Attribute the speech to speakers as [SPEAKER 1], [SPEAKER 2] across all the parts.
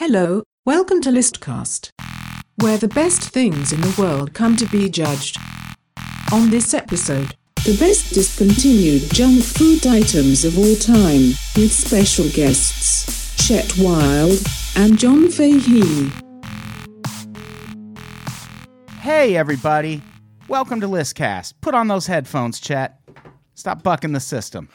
[SPEAKER 1] Hello, welcome to Listcast, where the best things in the world come to be judged. On this episode, the best discontinued junk food items of all time, with special guests Chet Wild and John Fahey.
[SPEAKER 2] Hey, everybody. Welcome to Listcast. Put on those headphones, chat. Stop bucking the system.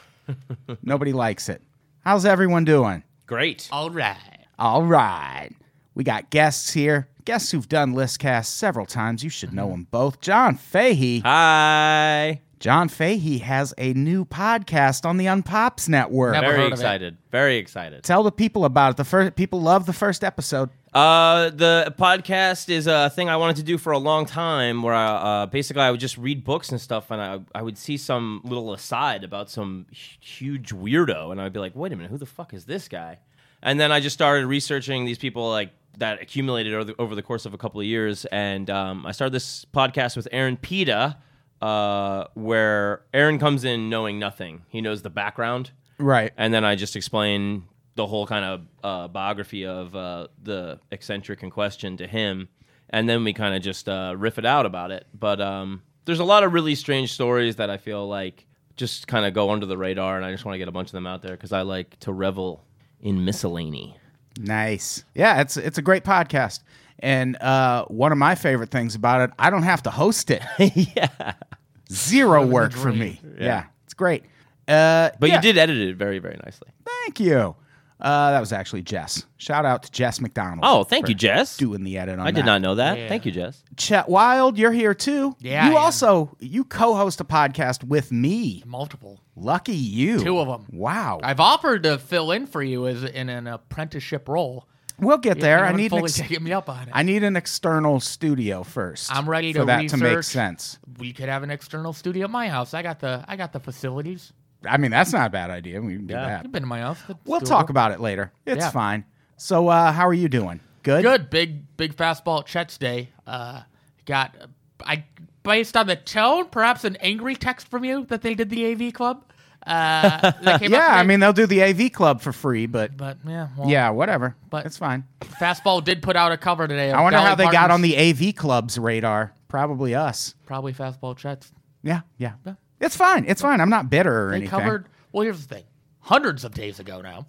[SPEAKER 2] Nobody likes it. How's everyone doing?
[SPEAKER 3] Great.
[SPEAKER 4] All right.
[SPEAKER 2] All right. We got guests here. Guests who've done Listcast several times. You should know them both. John Fahey.
[SPEAKER 3] Hi.
[SPEAKER 2] John Fahey has a new podcast on the Unpops Network.
[SPEAKER 4] Never
[SPEAKER 3] Very
[SPEAKER 4] heard of it.
[SPEAKER 3] excited. Very excited.
[SPEAKER 2] Tell the people about it. The first people love the first episode.
[SPEAKER 3] Uh, the podcast is a thing I wanted to do for a long time where I, uh, basically I would just read books and stuff and I, I would see some little aside about some hu- huge weirdo and I'd be like, wait a minute, who the fuck is this guy? And then I just started researching these people like that accumulated over the, over the course of a couple of years. And um, I started this podcast with Aaron Pita, uh, where Aaron comes in knowing nothing. He knows the background.
[SPEAKER 2] Right.
[SPEAKER 3] and then I just explain the whole kind of uh, biography of uh, the eccentric in question to him, and then we kind of just uh, riff it out about it. But um, there's a lot of really strange stories that I feel like just kind of go under the radar, and I just want to get a bunch of them out there because I like to revel in miscellany.
[SPEAKER 2] Nice. Yeah, it's it's a great podcast. And uh, one of my favorite things about it, I don't have to host it.
[SPEAKER 3] yeah,
[SPEAKER 2] Zero work for me. Yeah. it's great. Uh,
[SPEAKER 3] but
[SPEAKER 2] yeah,
[SPEAKER 3] you did edit it very, very nicely.
[SPEAKER 2] Thank you. Uh, that was actually Jess. Shout out to Jess McDonald.
[SPEAKER 3] Oh, thank
[SPEAKER 2] for
[SPEAKER 3] you, Jess.
[SPEAKER 2] Doing the edit on
[SPEAKER 3] I did
[SPEAKER 2] that.
[SPEAKER 3] not know that.
[SPEAKER 4] Yeah.
[SPEAKER 3] Thank you, Jess.
[SPEAKER 2] Chet Wild, you're here too.
[SPEAKER 4] Yeah,
[SPEAKER 2] You
[SPEAKER 4] I am.
[SPEAKER 2] also you co-host a podcast with me.
[SPEAKER 4] Multiple.
[SPEAKER 2] Lucky you.
[SPEAKER 4] Two of 'em.
[SPEAKER 2] Wow.
[SPEAKER 4] I've offered to fill in for you as in an apprenticeship role.
[SPEAKER 2] we'll get
[SPEAKER 4] If
[SPEAKER 2] there. I
[SPEAKER 4] anyone
[SPEAKER 2] need an
[SPEAKER 4] fully
[SPEAKER 2] ex-
[SPEAKER 4] taken me up on it.
[SPEAKER 2] I need an external studio first.
[SPEAKER 4] I'm ready
[SPEAKER 2] for
[SPEAKER 4] to
[SPEAKER 2] that to make
[SPEAKER 4] research.
[SPEAKER 2] sense.
[SPEAKER 4] we could have an external studio at my house. I got the I got the facilities.
[SPEAKER 2] I mean, that's not a bad idea. We can do that.
[SPEAKER 4] You've been to my house. It's
[SPEAKER 2] We'll
[SPEAKER 4] doable.
[SPEAKER 2] talk about it later. It's
[SPEAKER 4] Yeah.
[SPEAKER 2] fine. So, uh, how are you doing? Good.
[SPEAKER 4] Good big big fastball at Chet's day. Uh, got I based on the tone, perhaps an angry text from you that they did the AV club. Uh, that came out
[SPEAKER 2] Yeah, I
[SPEAKER 4] today.
[SPEAKER 2] mean they'll do the AV club for free, but
[SPEAKER 4] but yeah, well,
[SPEAKER 2] yeah, whatever.
[SPEAKER 4] But-
[SPEAKER 2] it's fine.
[SPEAKER 4] Fastball did put out a cover today. of
[SPEAKER 2] I wonder
[SPEAKER 4] Dolly
[SPEAKER 2] how they got
[SPEAKER 4] Parton's-
[SPEAKER 2] on the AV club's radar. Probably us.
[SPEAKER 4] probably fastball Chet's.
[SPEAKER 2] Yeah, yeah. It's fine. It's fine. I'm not bitter or
[SPEAKER 4] They
[SPEAKER 2] anything.
[SPEAKER 4] covered. Well, here's the thing. Hundreds of days ago now,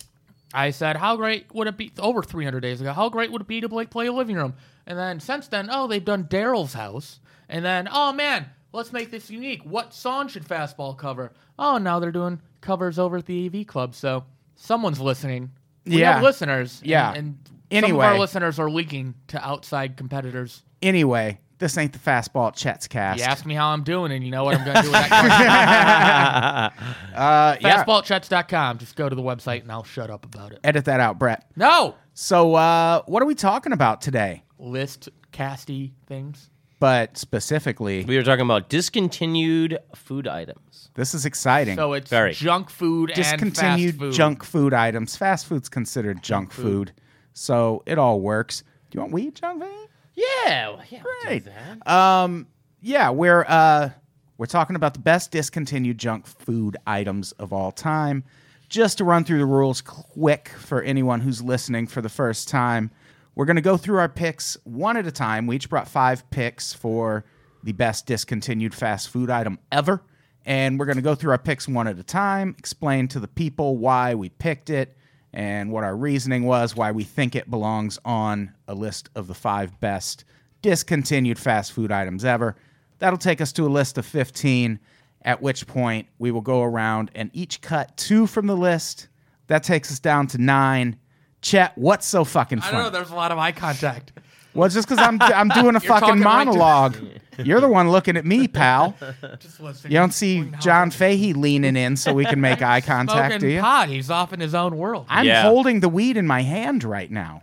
[SPEAKER 4] I said, "How great would it be?" Over 300 days ago, how great would it be to like play a living room? And then since then, oh, they've done Daryl's house, and then oh man, let's make this unique. What song should fastball cover? Oh, now they're doing covers over at the AV club. So someone's listening. We
[SPEAKER 2] Yeah.
[SPEAKER 4] have listeners. and-
[SPEAKER 2] Yeah.
[SPEAKER 4] and, some of
[SPEAKER 2] Anyway.
[SPEAKER 4] our listeners are leaking to outside competitors.
[SPEAKER 2] Anyway, this ain't the fastball Chet's cast.
[SPEAKER 4] You asked me how I'm doing, and you know what I'm going to do with that.
[SPEAKER 2] Uh, yeah.
[SPEAKER 4] Fastballchats.com. Just go to the website, and I'll shut up about it.
[SPEAKER 2] Edit that out, Brett.
[SPEAKER 4] No.
[SPEAKER 2] So, uh, what are we talking about today?
[SPEAKER 4] List casty things.
[SPEAKER 2] But specifically,
[SPEAKER 3] We were talking about discontinued food items.
[SPEAKER 2] this is exciting.
[SPEAKER 4] So it's
[SPEAKER 3] Very.
[SPEAKER 4] junk food
[SPEAKER 2] discontinued
[SPEAKER 4] and fast food.
[SPEAKER 2] junk food items. Fast food's considered junk food. so it all works. Do you want weed, John? Vane?
[SPEAKER 4] Yeah. well, yeah.
[SPEAKER 2] Great. Um, yeah, we're uh, we're talking about the best discontinued junk food items of all time. Just to run through the rules quick for anyone who's listening for the first time, we're going to go through our picks one at a time. We each brought five picks for the best discontinued fast food item ever. And we're going to go through our picks one at a time, explain to the people why we picked it and what our reasoning was, why we think it belongs on a list of the five best discontinued fast food items ever. That'll take us to a list of 15, at which point we will go around and each cut two from the list. That takes us down to nine. Chet, what's so fucking
[SPEAKER 4] I
[SPEAKER 2] funny?
[SPEAKER 4] don't know. There's a lot of eye contact.
[SPEAKER 2] well, just because I'm, I'm doing a fucking
[SPEAKER 4] talking right to-
[SPEAKER 2] monologue. You're the one looking at me, pal.
[SPEAKER 4] Just listen.
[SPEAKER 2] You don't see John Fahey leaning in so we can make eye contact, do
[SPEAKER 4] Smoking
[SPEAKER 2] you?
[SPEAKER 4] pot. He's off in his own world. I,
[SPEAKER 2] I'm
[SPEAKER 3] Yeah.
[SPEAKER 2] holding the weed in my hand right now.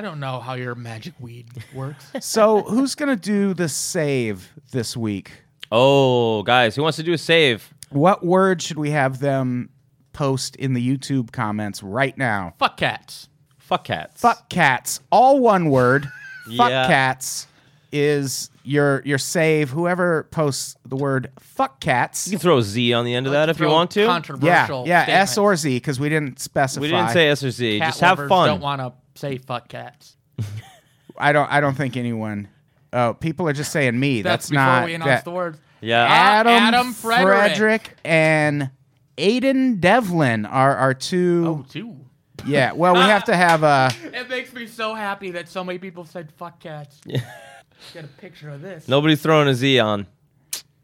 [SPEAKER 4] don't know how your magic weed works.
[SPEAKER 2] So, who's going to do the save this week?
[SPEAKER 3] Oh, guys, who wants to do a save?
[SPEAKER 2] What word should we have them post in the YouTube comments right now?
[SPEAKER 4] Fuck cats.
[SPEAKER 3] Fuck cats.
[SPEAKER 2] Fuck cats, all one word. Fuck
[SPEAKER 3] Yeah.
[SPEAKER 2] cats is your your save. Whoever posts the word fuck cats,
[SPEAKER 3] You can throw a Z on the end of that if you
[SPEAKER 4] Throw
[SPEAKER 3] want to.
[SPEAKER 4] Controversial.
[SPEAKER 2] yeah, yeah, S
[SPEAKER 4] statements.
[SPEAKER 2] or Z because we didn't specify.
[SPEAKER 3] We didn't say S or Z.
[SPEAKER 4] Cat
[SPEAKER 3] Just have
[SPEAKER 4] lovers
[SPEAKER 3] fun.
[SPEAKER 4] Don't want to say fuck cats.
[SPEAKER 2] I don't. I don't think anyone. Oh, people are just saying me. That's,
[SPEAKER 4] before
[SPEAKER 2] not
[SPEAKER 4] we announce
[SPEAKER 2] that-
[SPEAKER 4] the words.
[SPEAKER 3] Yeah.
[SPEAKER 4] Ah,
[SPEAKER 2] Adam,
[SPEAKER 4] Adam Frederick.
[SPEAKER 2] and Aiden Devlin are our
[SPEAKER 4] Oh,
[SPEAKER 2] two.
[SPEAKER 4] two.
[SPEAKER 2] Yeah. Well, we have to have a.
[SPEAKER 4] It makes me so happy that so many people said fuck cats. Get a picture of this.
[SPEAKER 3] Nobody's throwing a Z on.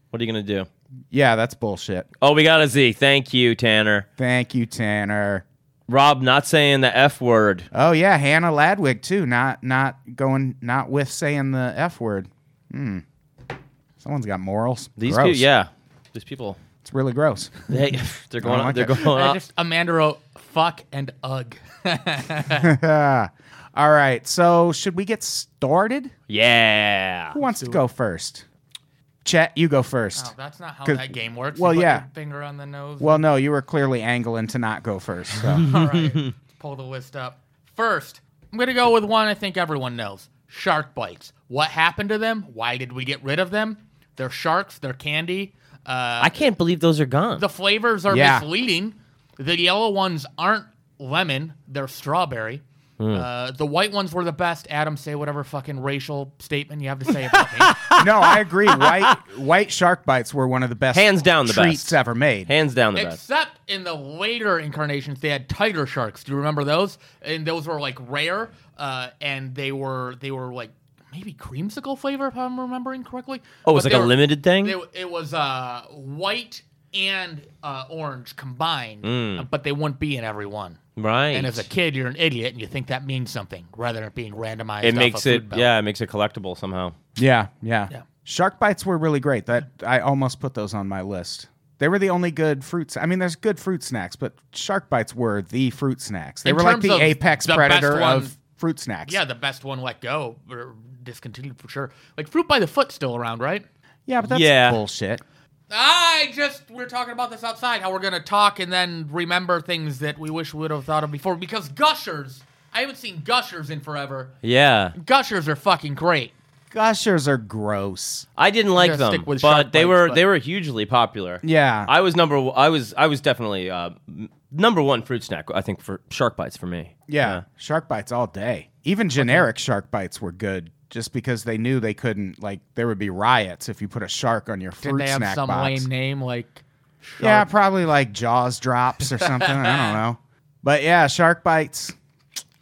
[SPEAKER 3] What are you gonna do?
[SPEAKER 2] Yeah, that's bullshit.
[SPEAKER 3] Oh, we got a Z. Thank you, Tanner.
[SPEAKER 2] Thank you, Tanner.
[SPEAKER 3] Rob, not saying the F word.
[SPEAKER 2] Oh yeah, Hannah Ladwig too. Not not going not with saying the f word. Hmm. Someone's got morals.
[SPEAKER 3] These
[SPEAKER 2] gross.
[SPEAKER 3] people, yeah, these people,
[SPEAKER 2] It's really gross.
[SPEAKER 3] they, they're going,
[SPEAKER 2] I like
[SPEAKER 3] they're
[SPEAKER 2] it.
[SPEAKER 3] going
[SPEAKER 4] I
[SPEAKER 3] up.
[SPEAKER 4] just Amanda wrote fuck and ugh.
[SPEAKER 2] All right. So should we get started?
[SPEAKER 3] yeah.
[SPEAKER 2] Who wants to go first? Chet, you go first.
[SPEAKER 4] Oh, that's not how
[SPEAKER 2] 'Cause-
[SPEAKER 4] that game works. You
[SPEAKER 2] well,
[SPEAKER 4] put
[SPEAKER 2] yeah.
[SPEAKER 4] your finger on the nose.
[SPEAKER 2] Well, no, you were clearly angling to not go first. So.
[SPEAKER 4] All right, pull the list up. First, I'm gonna go with one I think everyone knows: shark bites. What happened to them? Why did we get rid of them? They're sharks. They're candy. Uh,
[SPEAKER 3] I can't believe those are gone.
[SPEAKER 4] the flavors are
[SPEAKER 2] Yeah.
[SPEAKER 4] misleading. The yellow ones aren't lemon; they're strawberry.
[SPEAKER 2] Hmm.
[SPEAKER 4] Uh, the white ones were the best. Adam, say whatever fucking racial statement you have to say about me.
[SPEAKER 2] no, I agree. White white shark bites were one of the best
[SPEAKER 3] Hands down the
[SPEAKER 2] treats
[SPEAKER 3] best.
[SPEAKER 2] ever made.
[SPEAKER 3] Hands down the best.
[SPEAKER 4] Except in the later incarnations, they had tiger sharks. Do you remember those? And those were like rare, uh, and they were they were like maybe creamsicle flavor, if I'm remembering correctly.
[SPEAKER 3] Oh, it's like
[SPEAKER 4] But they
[SPEAKER 3] a
[SPEAKER 4] were-
[SPEAKER 3] limited thing.
[SPEAKER 4] They, it was uh, white and uh, orange combined, but they wouldn't be in every one.
[SPEAKER 3] Mm. right.
[SPEAKER 4] And as a kid, you're an idiot, and you think that means something rather than it being randomized.
[SPEAKER 3] it
[SPEAKER 4] off
[SPEAKER 3] makes
[SPEAKER 4] a
[SPEAKER 3] it,
[SPEAKER 4] food belt.
[SPEAKER 3] yeah, it makes it collectible somehow.
[SPEAKER 2] Yeah, yeah,
[SPEAKER 4] Yeah.
[SPEAKER 2] Shark bites were really great. That I almost put those on my list. They were the only good fruits. I mean, there's good fruit snacks, but shark bites were the fruit snacks. They
[SPEAKER 4] In
[SPEAKER 2] were like
[SPEAKER 4] terms
[SPEAKER 2] the
[SPEAKER 4] of
[SPEAKER 2] apex
[SPEAKER 4] the
[SPEAKER 2] predator
[SPEAKER 4] best one-
[SPEAKER 2] of fruit snacks.
[SPEAKER 4] Yeah, the best one let go or discontinued for sure. Like fruit by the foot, still around, right?
[SPEAKER 2] yeah, but that's
[SPEAKER 3] Yeah.
[SPEAKER 2] bullshit.
[SPEAKER 4] I just we we're talking about this outside how we're gonna talk and then remember things that we wish we would have thought of before because gushers. I haven't seen gushers in forever.
[SPEAKER 3] Yeah.
[SPEAKER 4] Gushers are fucking great.
[SPEAKER 2] Gushers are gross.
[SPEAKER 3] I didn't like
[SPEAKER 4] gotta
[SPEAKER 3] them,
[SPEAKER 4] stick with
[SPEAKER 3] but
[SPEAKER 4] shark
[SPEAKER 3] they
[SPEAKER 4] bites,
[SPEAKER 3] were
[SPEAKER 4] but-
[SPEAKER 3] they were hugely popular.
[SPEAKER 2] Yeah.
[SPEAKER 3] I was number o- I was I was definitely uh, m- number one fruit snack. I think for shark bites for me.
[SPEAKER 2] Yeah, shark bites all day. Even generic shark bites were good, just because they knew they couldn't. Like there would be riots if you put a shark on your
[SPEAKER 4] Did
[SPEAKER 2] fruit
[SPEAKER 4] they have
[SPEAKER 2] snack
[SPEAKER 4] some
[SPEAKER 2] box.
[SPEAKER 4] lame name like? Shark?
[SPEAKER 2] Yeah, probably like Jaws drops or something. I don't know. But yeah, shark bites.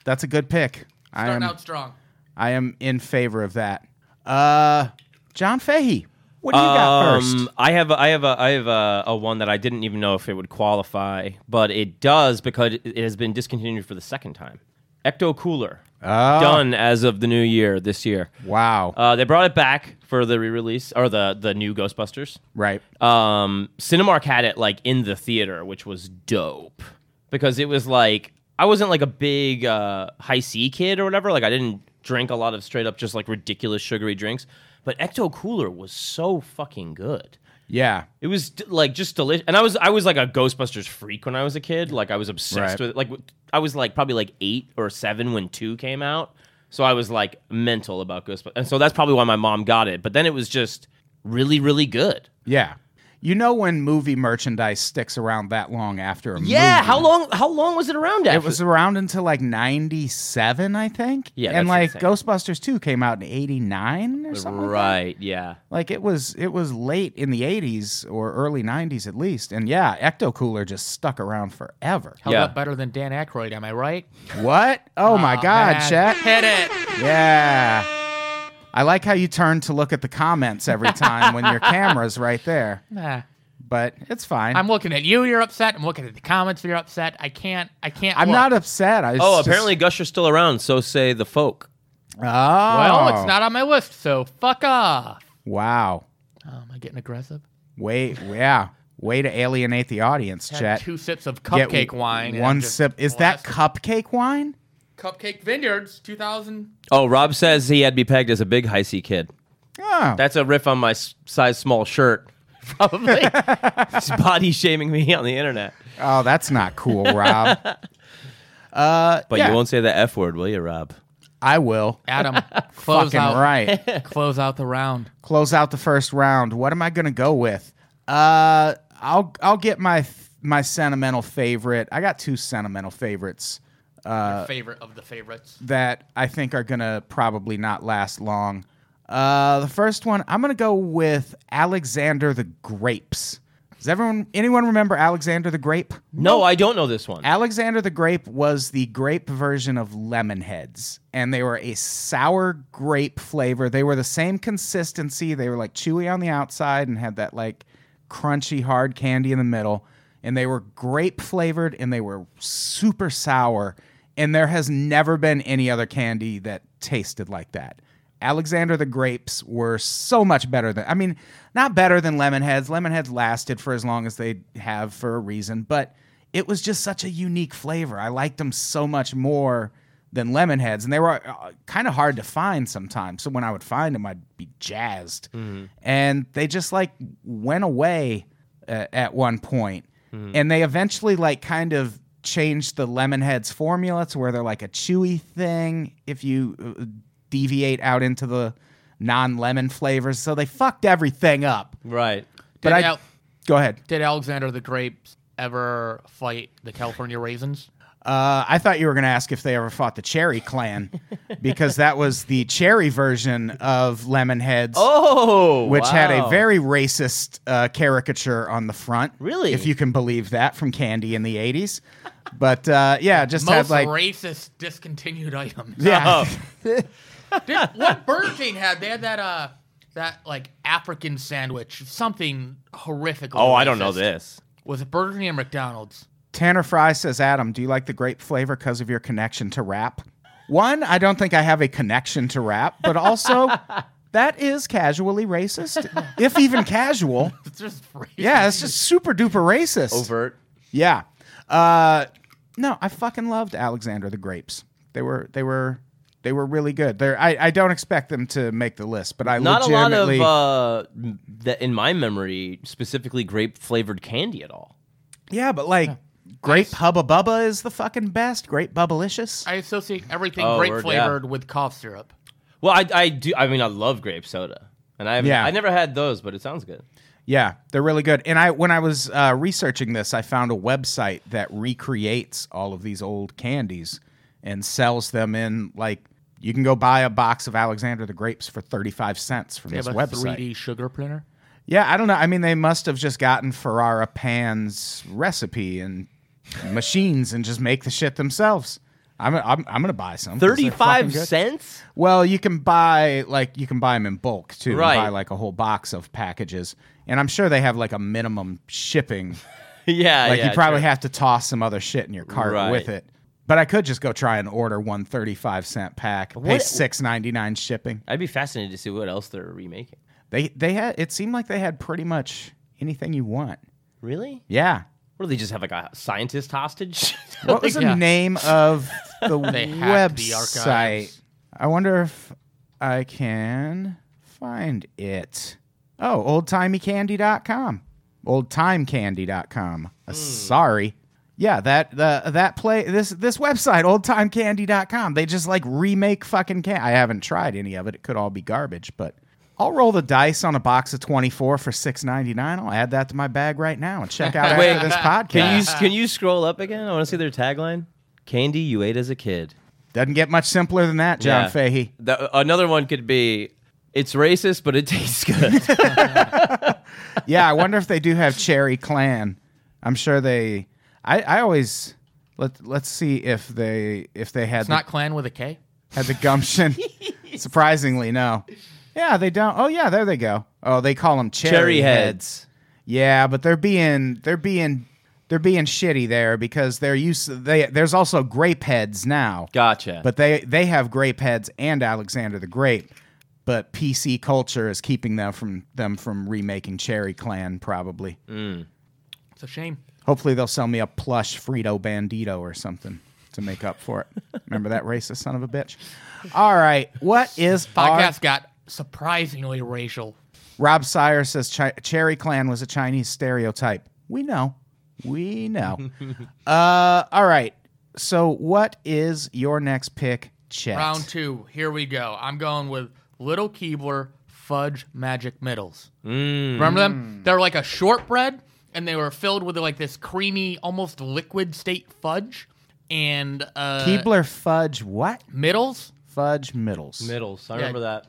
[SPEAKER 2] That's a good pick. I
[SPEAKER 4] starting
[SPEAKER 2] am
[SPEAKER 4] out strong.
[SPEAKER 2] I am in favor of that. Uh, John Fahey. What do you
[SPEAKER 3] Um,
[SPEAKER 2] got first?
[SPEAKER 3] I have a, I have a I have a, a one that I didn't even know if it would qualify, but it does because it- it has been discontinued for the second time. Ecto Cooler
[SPEAKER 4] Ah.
[SPEAKER 3] done as of the new year this year.
[SPEAKER 2] Wow.
[SPEAKER 3] Uh, they brought it back for the re-release or the the new Ghostbusters.
[SPEAKER 2] right.
[SPEAKER 3] Um, Cinemark had it like in the theater, which was dope because it was like I wasn't like a big uh, high C kid or whatever. Like I didn't drink a lot of straight up just like ridiculous sugary drinks, but Ecto Cooler was so fucking good.
[SPEAKER 2] Yeah.
[SPEAKER 3] It was d- like just delicious, and I was I was like a Ghostbusters freak when I was a kid. Like I was obsessed
[SPEAKER 2] Right.
[SPEAKER 3] with it. Like w- I was like probably like eight or seven when two came out, so I was like mental about Ghostbusters, and so that's probably why my mom got it. But then it was just really really good.
[SPEAKER 2] Yeah. You know when movie merchandise sticks around that long after a movie?
[SPEAKER 3] Yeah, how long how long was it around? After?
[SPEAKER 2] It was around until like '97, I think.
[SPEAKER 3] Yeah,
[SPEAKER 2] and like
[SPEAKER 3] that's insane.
[SPEAKER 2] Ghostbusters 2 came out in '89 or something. like that.
[SPEAKER 3] right. Yeah,
[SPEAKER 2] Like it was it was late in the 80s or early 90s at least. And yeah, Ecto Cooler just stuck around forever.
[SPEAKER 4] Held
[SPEAKER 3] Yeah.
[SPEAKER 4] up better than Dan Aykroyd, am I right?
[SPEAKER 2] What? Oh my
[SPEAKER 4] Aw,
[SPEAKER 2] god,
[SPEAKER 4] man.
[SPEAKER 2] Chet.
[SPEAKER 4] Hit it.
[SPEAKER 2] Yeah. I like how you turn to look at the comments every time when your camera's right there.
[SPEAKER 4] Nah.
[SPEAKER 2] But it's fine.
[SPEAKER 4] I'm looking at you. You're upset. I'm looking at the comments. You're upset. I can't. I can't.
[SPEAKER 2] I'm
[SPEAKER 4] look.
[SPEAKER 2] not upset. I
[SPEAKER 3] Oh,
[SPEAKER 2] just-
[SPEAKER 3] apparently Gusher's still around. So say the folk.
[SPEAKER 2] Oh.
[SPEAKER 4] Well, it's not on my list, so fuck off.
[SPEAKER 2] Wow.
[SPEAKER 4] Oh, am I getting aggressive?
[SPEAKER 2] Way yeah. Way to alienate the audience,
[SPEAKER 4] Had
[SPEAKER 2] Chet.
[SPEAKER 4] two sips of
[SPEAKER 2] Get
[SPEAKER 4] cupcake wine. and
[SPEAKER 2] One
[SPEAKER 4] just
[SPEAKER 2] sip. Is that
[SPEAKER 4] blasted.
[SPEAKER 2] cupcake wine?
[SPEAKER 4] Cupcake Vineyards 2000?
[SPEAKER 3] Oh, Rob says he had me pegged as a big high C kid.
[SPEAKER 2] Oh.
[SPEAKER 3] That's a riff on my s- size small shirt. Probably. He's body shaming me on the internet.
[SPEAKER 2] Oh, that's not cool, Rob.
[SPEAKER 3] But
[SPEAKER 2] Yeah.
[SPEAKER 3] you won't say the F word, will you, Rob?
[SPEAKER 2] I will.
[SPEAKER 4] Adam, close
[SPEAKER 2] Fucking
[SPEAKER 4] out,
[SPEAKER 2] right.
[SPEAKER 4] close out the round.
[SPEAKER 2] close out the first round. What am I going to go with? Uh, I'll I'll get my my sentimental favorite. I got two sentimental favorites.
[SPEAKER 4] Your favorite of the favorites.
[SPEAKER 2] that I think are going to probably not last long. Uh, the first one, I'm going to go with Alexander the Grapes. Does everyone anyone remember Alexander the Grape?
[SPEAKER 3] No, I don't know this one.
[SPEAKER 2] Alexander the Grape was the grape version of Lemonheads, and they were a sour grape flavor. They were the same consistency. They were like chewy on the outside and had that like crunchy hard candy in the middle. And they were grape flavored and they were super sour. And there has never been any other candy that tasted like that. Alexander the grapes were so much better than I mean, not better than Lemonheads. Lemonheads lasted for as long as they have for a reason, but it was just such a unique flavor. I liked them so much more than Lemonheads, and they were uh, kind of hard to find sometimes. So when I would find them, I'd be jazzed, and they just like went away uh, at one point. and they eventually like kind of changed the Lemonheads formula to where they're like a chewy thing. If you uh, deviate out into the non-lemon flavors, so they fucked everything up.
[SPEAKER 3] right.
[SPEAKER 2] But
[SPEAKER 4] Did
[SPEAKER 2] I
[SPEAKER 4] Al-
[SPEAKER 2] go ahead.
[SPEAKER 4] Did Alexander the Grapes ever fight the California Raisins?
[SPEAKER 2] Uh, I thought you were going to ask if they ever fought the Cherry Clan because that was the cherry version of Lemonheads,
[SPEAKER 3] Oh,
[SPEAKER 2] which had a
[SPEAKER 3] wow.
[SPEAKER 2] very racist uh, caricature on the front.
[SPEAKER 3] Really?
[SPEAKER 2] If you can believe that from candy in the 80s. But uh, yeah, just had
[SPEAKER 4] Most
[SPEAKER 2] like.
[SPEAKER 4] racist discontinued items.
[SPEAKER 2] yeah.
[SPEAKER 3] Oh.
[SPEAKER 4] Dude, what Burger King had? They had that uh that like African sandwich, something horrific.
[SPEAKER 3] Oh, I don't know
[SPEAKER 4] racist.
[SPEAKER 3] this.
[SPEAKER 4] Was it Burger King or McDonald's?
[SPEAKER 2] Tanner Fry says, Adam, do you like the grape flavor because of your connection to rap? One, I don't think I have a connection to rap, but also that is casually racist, if even casual.
[SPEAKER 4] It's just racist.
[SPEAKER 2] Yeah, it's just super duper racist.
[SPEAKER 3] Overt.
[SPEAKER 2] Yeah. Uh, no, I fucking loved Alexander the Grapes. They were they were they were really good. They're, I I don't expect them to make the list, but I
[SPEAKER 3] Not a lot of
[SPEAKER 2] legitimately
[SPEAKER 3] uh, m- that in my memory, specifically grape flavored candy at all.
[SPEAKER 2] yeah, but like grape hubba bubba is the fucking best. Grape bubblicious.
[SPEAKER 4] I associate everything
[SPEAKER 3] Oh,
[SPEAKER 4] grape
[SPEAKER 3] word, yeah.
[SPEAKER 4] flavored with cough syrup.
[SPEAKER 3] Well, I, I do. I mean, I love grape soda, and I haven't-
[SPEAKER 2] Yeah.
[SPEAKER 3] I never had those, but it sounds good.
[SPEAKER 2] Yeah, they're really good. And I when I was uh, researching this, I found a website that recreates all of these old candies and sells them in like you can go buy a box of Alexander the Grapes for thirty five cents from
[SPEAKER 4] They
[SPEAKER 2] this
[SPEAKER 4] have a
[SPEAKER 2] website.
[SPEAKER 4] 3D sugar printer.
[SPEAKER 2] Yeah, I don't know. I mean, they must have just gotten Ferrara Pan's recipe and machines and just make the shit themselves. I'm I'm, I'm gonna buy some. 'cause they're
[SPEAKER 3] Thirty five
[SPEAKER 2] fucking good.
[SPEAKER 3] cents.
[SPEAKER 2] Well, you can buy like you can buy them in bulk too. You
[SPEAKER 3] Right.
[SPEAKER 2] Buy like a whole box of packages, and I'm sure they have like a minimum shipping.
[SPEAKER 3] yeah,
[SPEAKER 2] Like
[SPEAKER 3] yeah,
[SPEAKER 2] you probably
[SPEAKER 3] true.
[SPEAKER 2] have to toss some other shit in your cart
[SPEAKER 3] Right.
[SPEAKER 2] with it. But I could just go try and order one 35 cent pack, pay
[SPEAKER 3] What-
[SPEAKER 2] six ninety nine shipping.
[SPEAKER 3] I'd be fascinated to see what else they're remaking.
[SPEAKER 2] They they had it seemed like they had pretty much anything you want.
[SPEAKER 3] Really?
[SPEAKER 2] Yeah.
[SPEAKER 3] What do they just have like a scientist hostage?
[SPEAKER 2] What was the
[SPEAKER 4] Yeah.
[SPEAKER 2] name of the
[SPEAKER 4] They hacked the
[SPEAKER 2] website?
[SPEAKER 4] archives.
[SPEAKER 2] I wonder if I can find it. Oh, oldtimeycandy.com. Oldtimecandy.com.
[SPEAKER 4] Hmm.
[SPEAKER 2] Uh, Sorry. Yeah, that the that play this this website oldtimecandy.com. They just like remake fucking can. I haven't tried any of it. It could all be garbage, but I'll roll the dice on a box of 24 for 6.99. I'll add that to my bag right now and check out
[SPEAKER 3] Wait,
[SPEAKER 2] after this podcast.
[SPEAKER 3] can you can you scroll up again? I want to see their tagline. Candy you ate as a kid.
[SPEAKER 2] Doesn't get much simpler than that, John
[SPEAKER 3] Yeah.
[SPEAKER 2] Fahey.
[SPEAKER 3] The, another one could be, it's racist, but it tastes good.
[SPEAKER 2] Yeah, I wonder if they do have Cherry Clan. I'm sure they. I, I always let let's see if they if they had
[SPEAKER 4] It's
[SPEAKER 2] the,
[SPEAKER 4] not clan with a K.
[SPEAKER 2] had the gumption. Surprisingly, no. Yeah, they don't. Oh yeah, there they go. Oh, they call them cherry,
[SPEAKER 3] Cherry
[SPEAKER 2] heads.
[SPEAKER 3] heads.
[SPEAKER 2] Yeah, but they're being they're being they're being shitty there because they're used. They there's also grape heads now.
[SPEAKER 3] Gotcha.
[SPEAKER 2] But they they have grape heads and Alexander the Great. But PC culture is keeping them from them from remaking Cherry Clan probably.
[SPEAKER 4] It's a shame.
[SPEAKER 2] Hopefully they'll sell me a plush Frito Bandito or something to make up for it. Remember that racist son of a bitch. All right, what is our-
[SPEAKER 4] Podcast got surprisingly racial.
[SPEAKER 2] Rob Sire says Chi- Cherry Clan was a Chinese stereotype. We know. We know. uh, all right. So what is your next pick, Chet?
[SPEAKER 4] Round two. Here we go. I'm going with Little Keebler Fudge Magic Middles. Remember them? They're like a shortbread, and they were filled with like this creamy, almost liquid state fudge. and uh,
[SPEAKER 2] Keebler fudge what?
[SPEAKER 4] Middles.
[SPEAKER 2] Fudge middles.
[SPEAKER 3] Middles. I
[SPEAKER 4] Yeah.
[SPEAKER 3] remember that.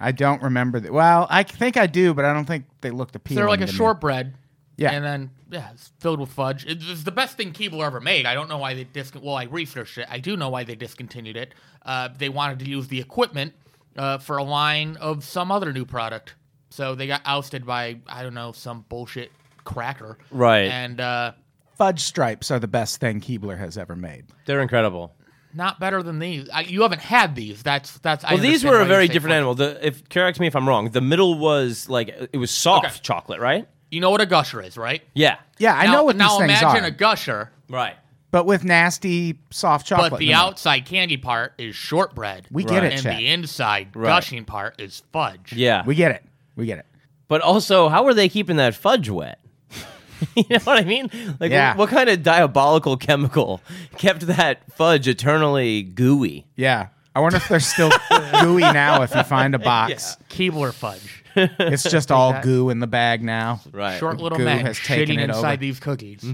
[SPEAKER 2] I don't remember that. Well, I think I do, but I don't think they looked appealing.
[SPEAKER 4] They're like a
[SPEAKER 2] to me.
[SPEAKER 4] shortbread.
[SPEAKER 2] Yeah.
[SPEAKER 4] And then yeah, it's filled with fudge. It- It's the best thing Keebler ever made. I don't know why they dis. Well, I researched it. I do know why they discontinued it. Uh, they wanted to use the equipment uh, for a line of some other new product, so they got ousted by I don't know some bullshit cracker.
[SPEAKER 3] Right.
[SPEAKER 4] And uh,
[SPEAKER 2] Fudge stripes are the best thing Keebler has ever made.
[SPEAKER 3] They're incredible.
[SPEAKER 4] not better than these. I, you haven't had these. That's that's. I
[SPEAKER 3] Well, these
[SPEAKER 4] understand
[SPEAKER 3] were
[SPEAKER 4] why
[SPEAKER 3] a
[SPEAKER 4] you
[SPEAKER 3] very
[SPEAKER 4] say
[SPEAKER 3] different
[SPEAKER 4] fudge.
[SPEAKER 3] animal. The, if correct me if I'm wrong, the middle was like it was soft
[SPEAKER 4] Okay.
[SPEAKER 3] chocolate, right?
[SPEAKER 4] You know what a gusher is, right?
[SPEAKER 3] Yeah.
[SPEAKER 2] Yeah, I
[SPEAKER 4] now,
[SPEAKER 2] know what
[SPEAKER 4] now
[SPEAKER 2] these things
[SPEAKER 4] imagine
[SPEAKER 2] are,
[SPEAKER 4] a gusher,
[SPEAKER 3] Right.
[SPEAKER 2] but with nasty soft chocolate.
[SPEAKER 4] but
[SPEAKER 2] in
[SPEAKER 4] the
[SPEAKER 2] middle.
[SPEAKER 4] outside candy part is shortbread.
[SPEAKER 2] We get
[SPEAKER 3] Right.
[SPEAKER 2] it,
[SPEAKER 4] and
[SPEAKER 2] Chad.
[SPEAKER 4] the inside
[SPEAKER 3] Right.
[SPEAKER 4] gushing part is fudge.
[SPEAKER 3] Yeah.
[SPEAKER 2] we get it. We get it.
[SPEAKER 3] but also, how are they keeping that fudge wet? you know what I mean? Like,
[SPEAKER 2] Yeah.
[SPEAKER 3] what, what kind of diabolical chemical kept that fudge eternally gooey?
[SPEAKER 2] Yeah. I wonder if they're still gooey now if you find a box.
[SPEAKER 4] Keebler fudge.
[SPEAKER 2] It's just all goo in the bag now.
[SPEAKER 3] Right.
[SPEAKER 4] Short little
[SPEAKER 2] Goo
[SPEAKER 4] men
[SPEAKER 2] has taken
[SPEAKER 4] shitting
[SPEAKER 2] it
[SPEAKER 4] inside
[SPEAKER 2] over. Mm-hmm.
[SPEAKER 4] these cookies.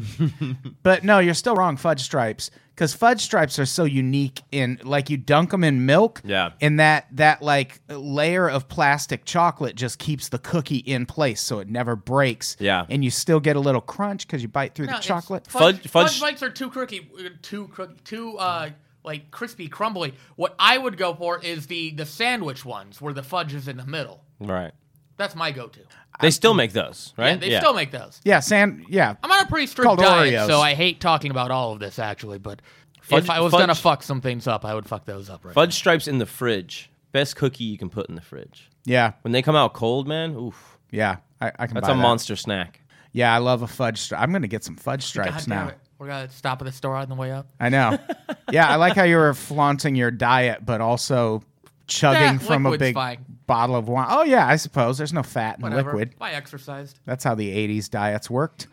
[SPEAKER 2] But no, you're still wrong. Fudge stripes, because fudge stripes are so unique in like you dunk them in milk.
[SPEAKER 3] Yeah.
[SPEAKER 2] And that that like layer of plastic chocolate just keeps the cookie in place, so it never breaks.
[SPEAKER 3] Yeah.
[SPEAKER 2] And you still get a little crunch because you bite through
[SPEAKER 4] No,
[SPEAKER 2] the
[SPEAKER 4] it's-
[SPEAKER 2] chocolate.
[SPEAKER 4] Fudge,
[SPEAKER 3] Fudge-
[SPEAKER 4] fudge,
[SPEAKER 3] fudge-
[SPEAKER 4] bites are too crooky, uh, too crook, too uh, like crispy, crumbly. What I would go for is the the sandwich ones where the fudge is in the middle.
[SPEAKER 3] Right.
[SPEAKER 4] That's my go-to.
[SPEAKER 3] They still make those, right?
[SPEAKER 4] And they still make those.
[SPEAKER 2] Yeah. Sand. Yeah.
[SPEAKER 4] I'm on a pretty strict
[SPEAKER 2] Called
[SPEAKER 4] diet,
[SPEAKER 2] Oreos.
[SPEAKER 4] so I hate talking about all of this actually. But
[SPEAKER 3] Fudge-
[SPEAKER 4] if I was
[SPEAKER 3] fudge-
[SPEAKER 4] gonna fuck some things up, I would fuck those up. Right.
[SPEAKER 3] fudge stripes in the fridge. Best cookie you can put in the fridge.
[SPEAKER 2] Yeah.
[SPEAKER 3] When they come out cold, man, oof.
[SPEAKER 2] Yeah. I, I can.
[SPEAKER 3] That's
[SPEAKER 2] buy
[SPEAKER 3] a
[SPEAKER 2] that.
[SPEAKER 3] monster snack.
[SPEAKER 2] Yeah, I love a fudge. Stri- I'm gonna get some fudge
[SPEAKER 4] now.
[SPEAKER 2] stripes
[SPEAKER 4] God damn
[SPEAKER 2] now.
[SPEAKER 4] it. We're gonna stop at the store on the way up.
[SPEAKER 2] I know. yeah, I like how you were flaunting your diet, but also chugging
[SPEAKER 4] Nah,
[SPEAKER 2] from a
[SPEAKER 4] liquid's
[SPEAKER 2] big
[SPEAKER 4] fine.
[SPEAKER 2] bottle of wine. Oh yeah, I suppose there's no fat in
[SPEAKER 4] Whatever.
[SPEAKER 2] liquid.
[SPEAKER 4] I exercised.
[SPEAKER 2] That's how the '80s diets worked.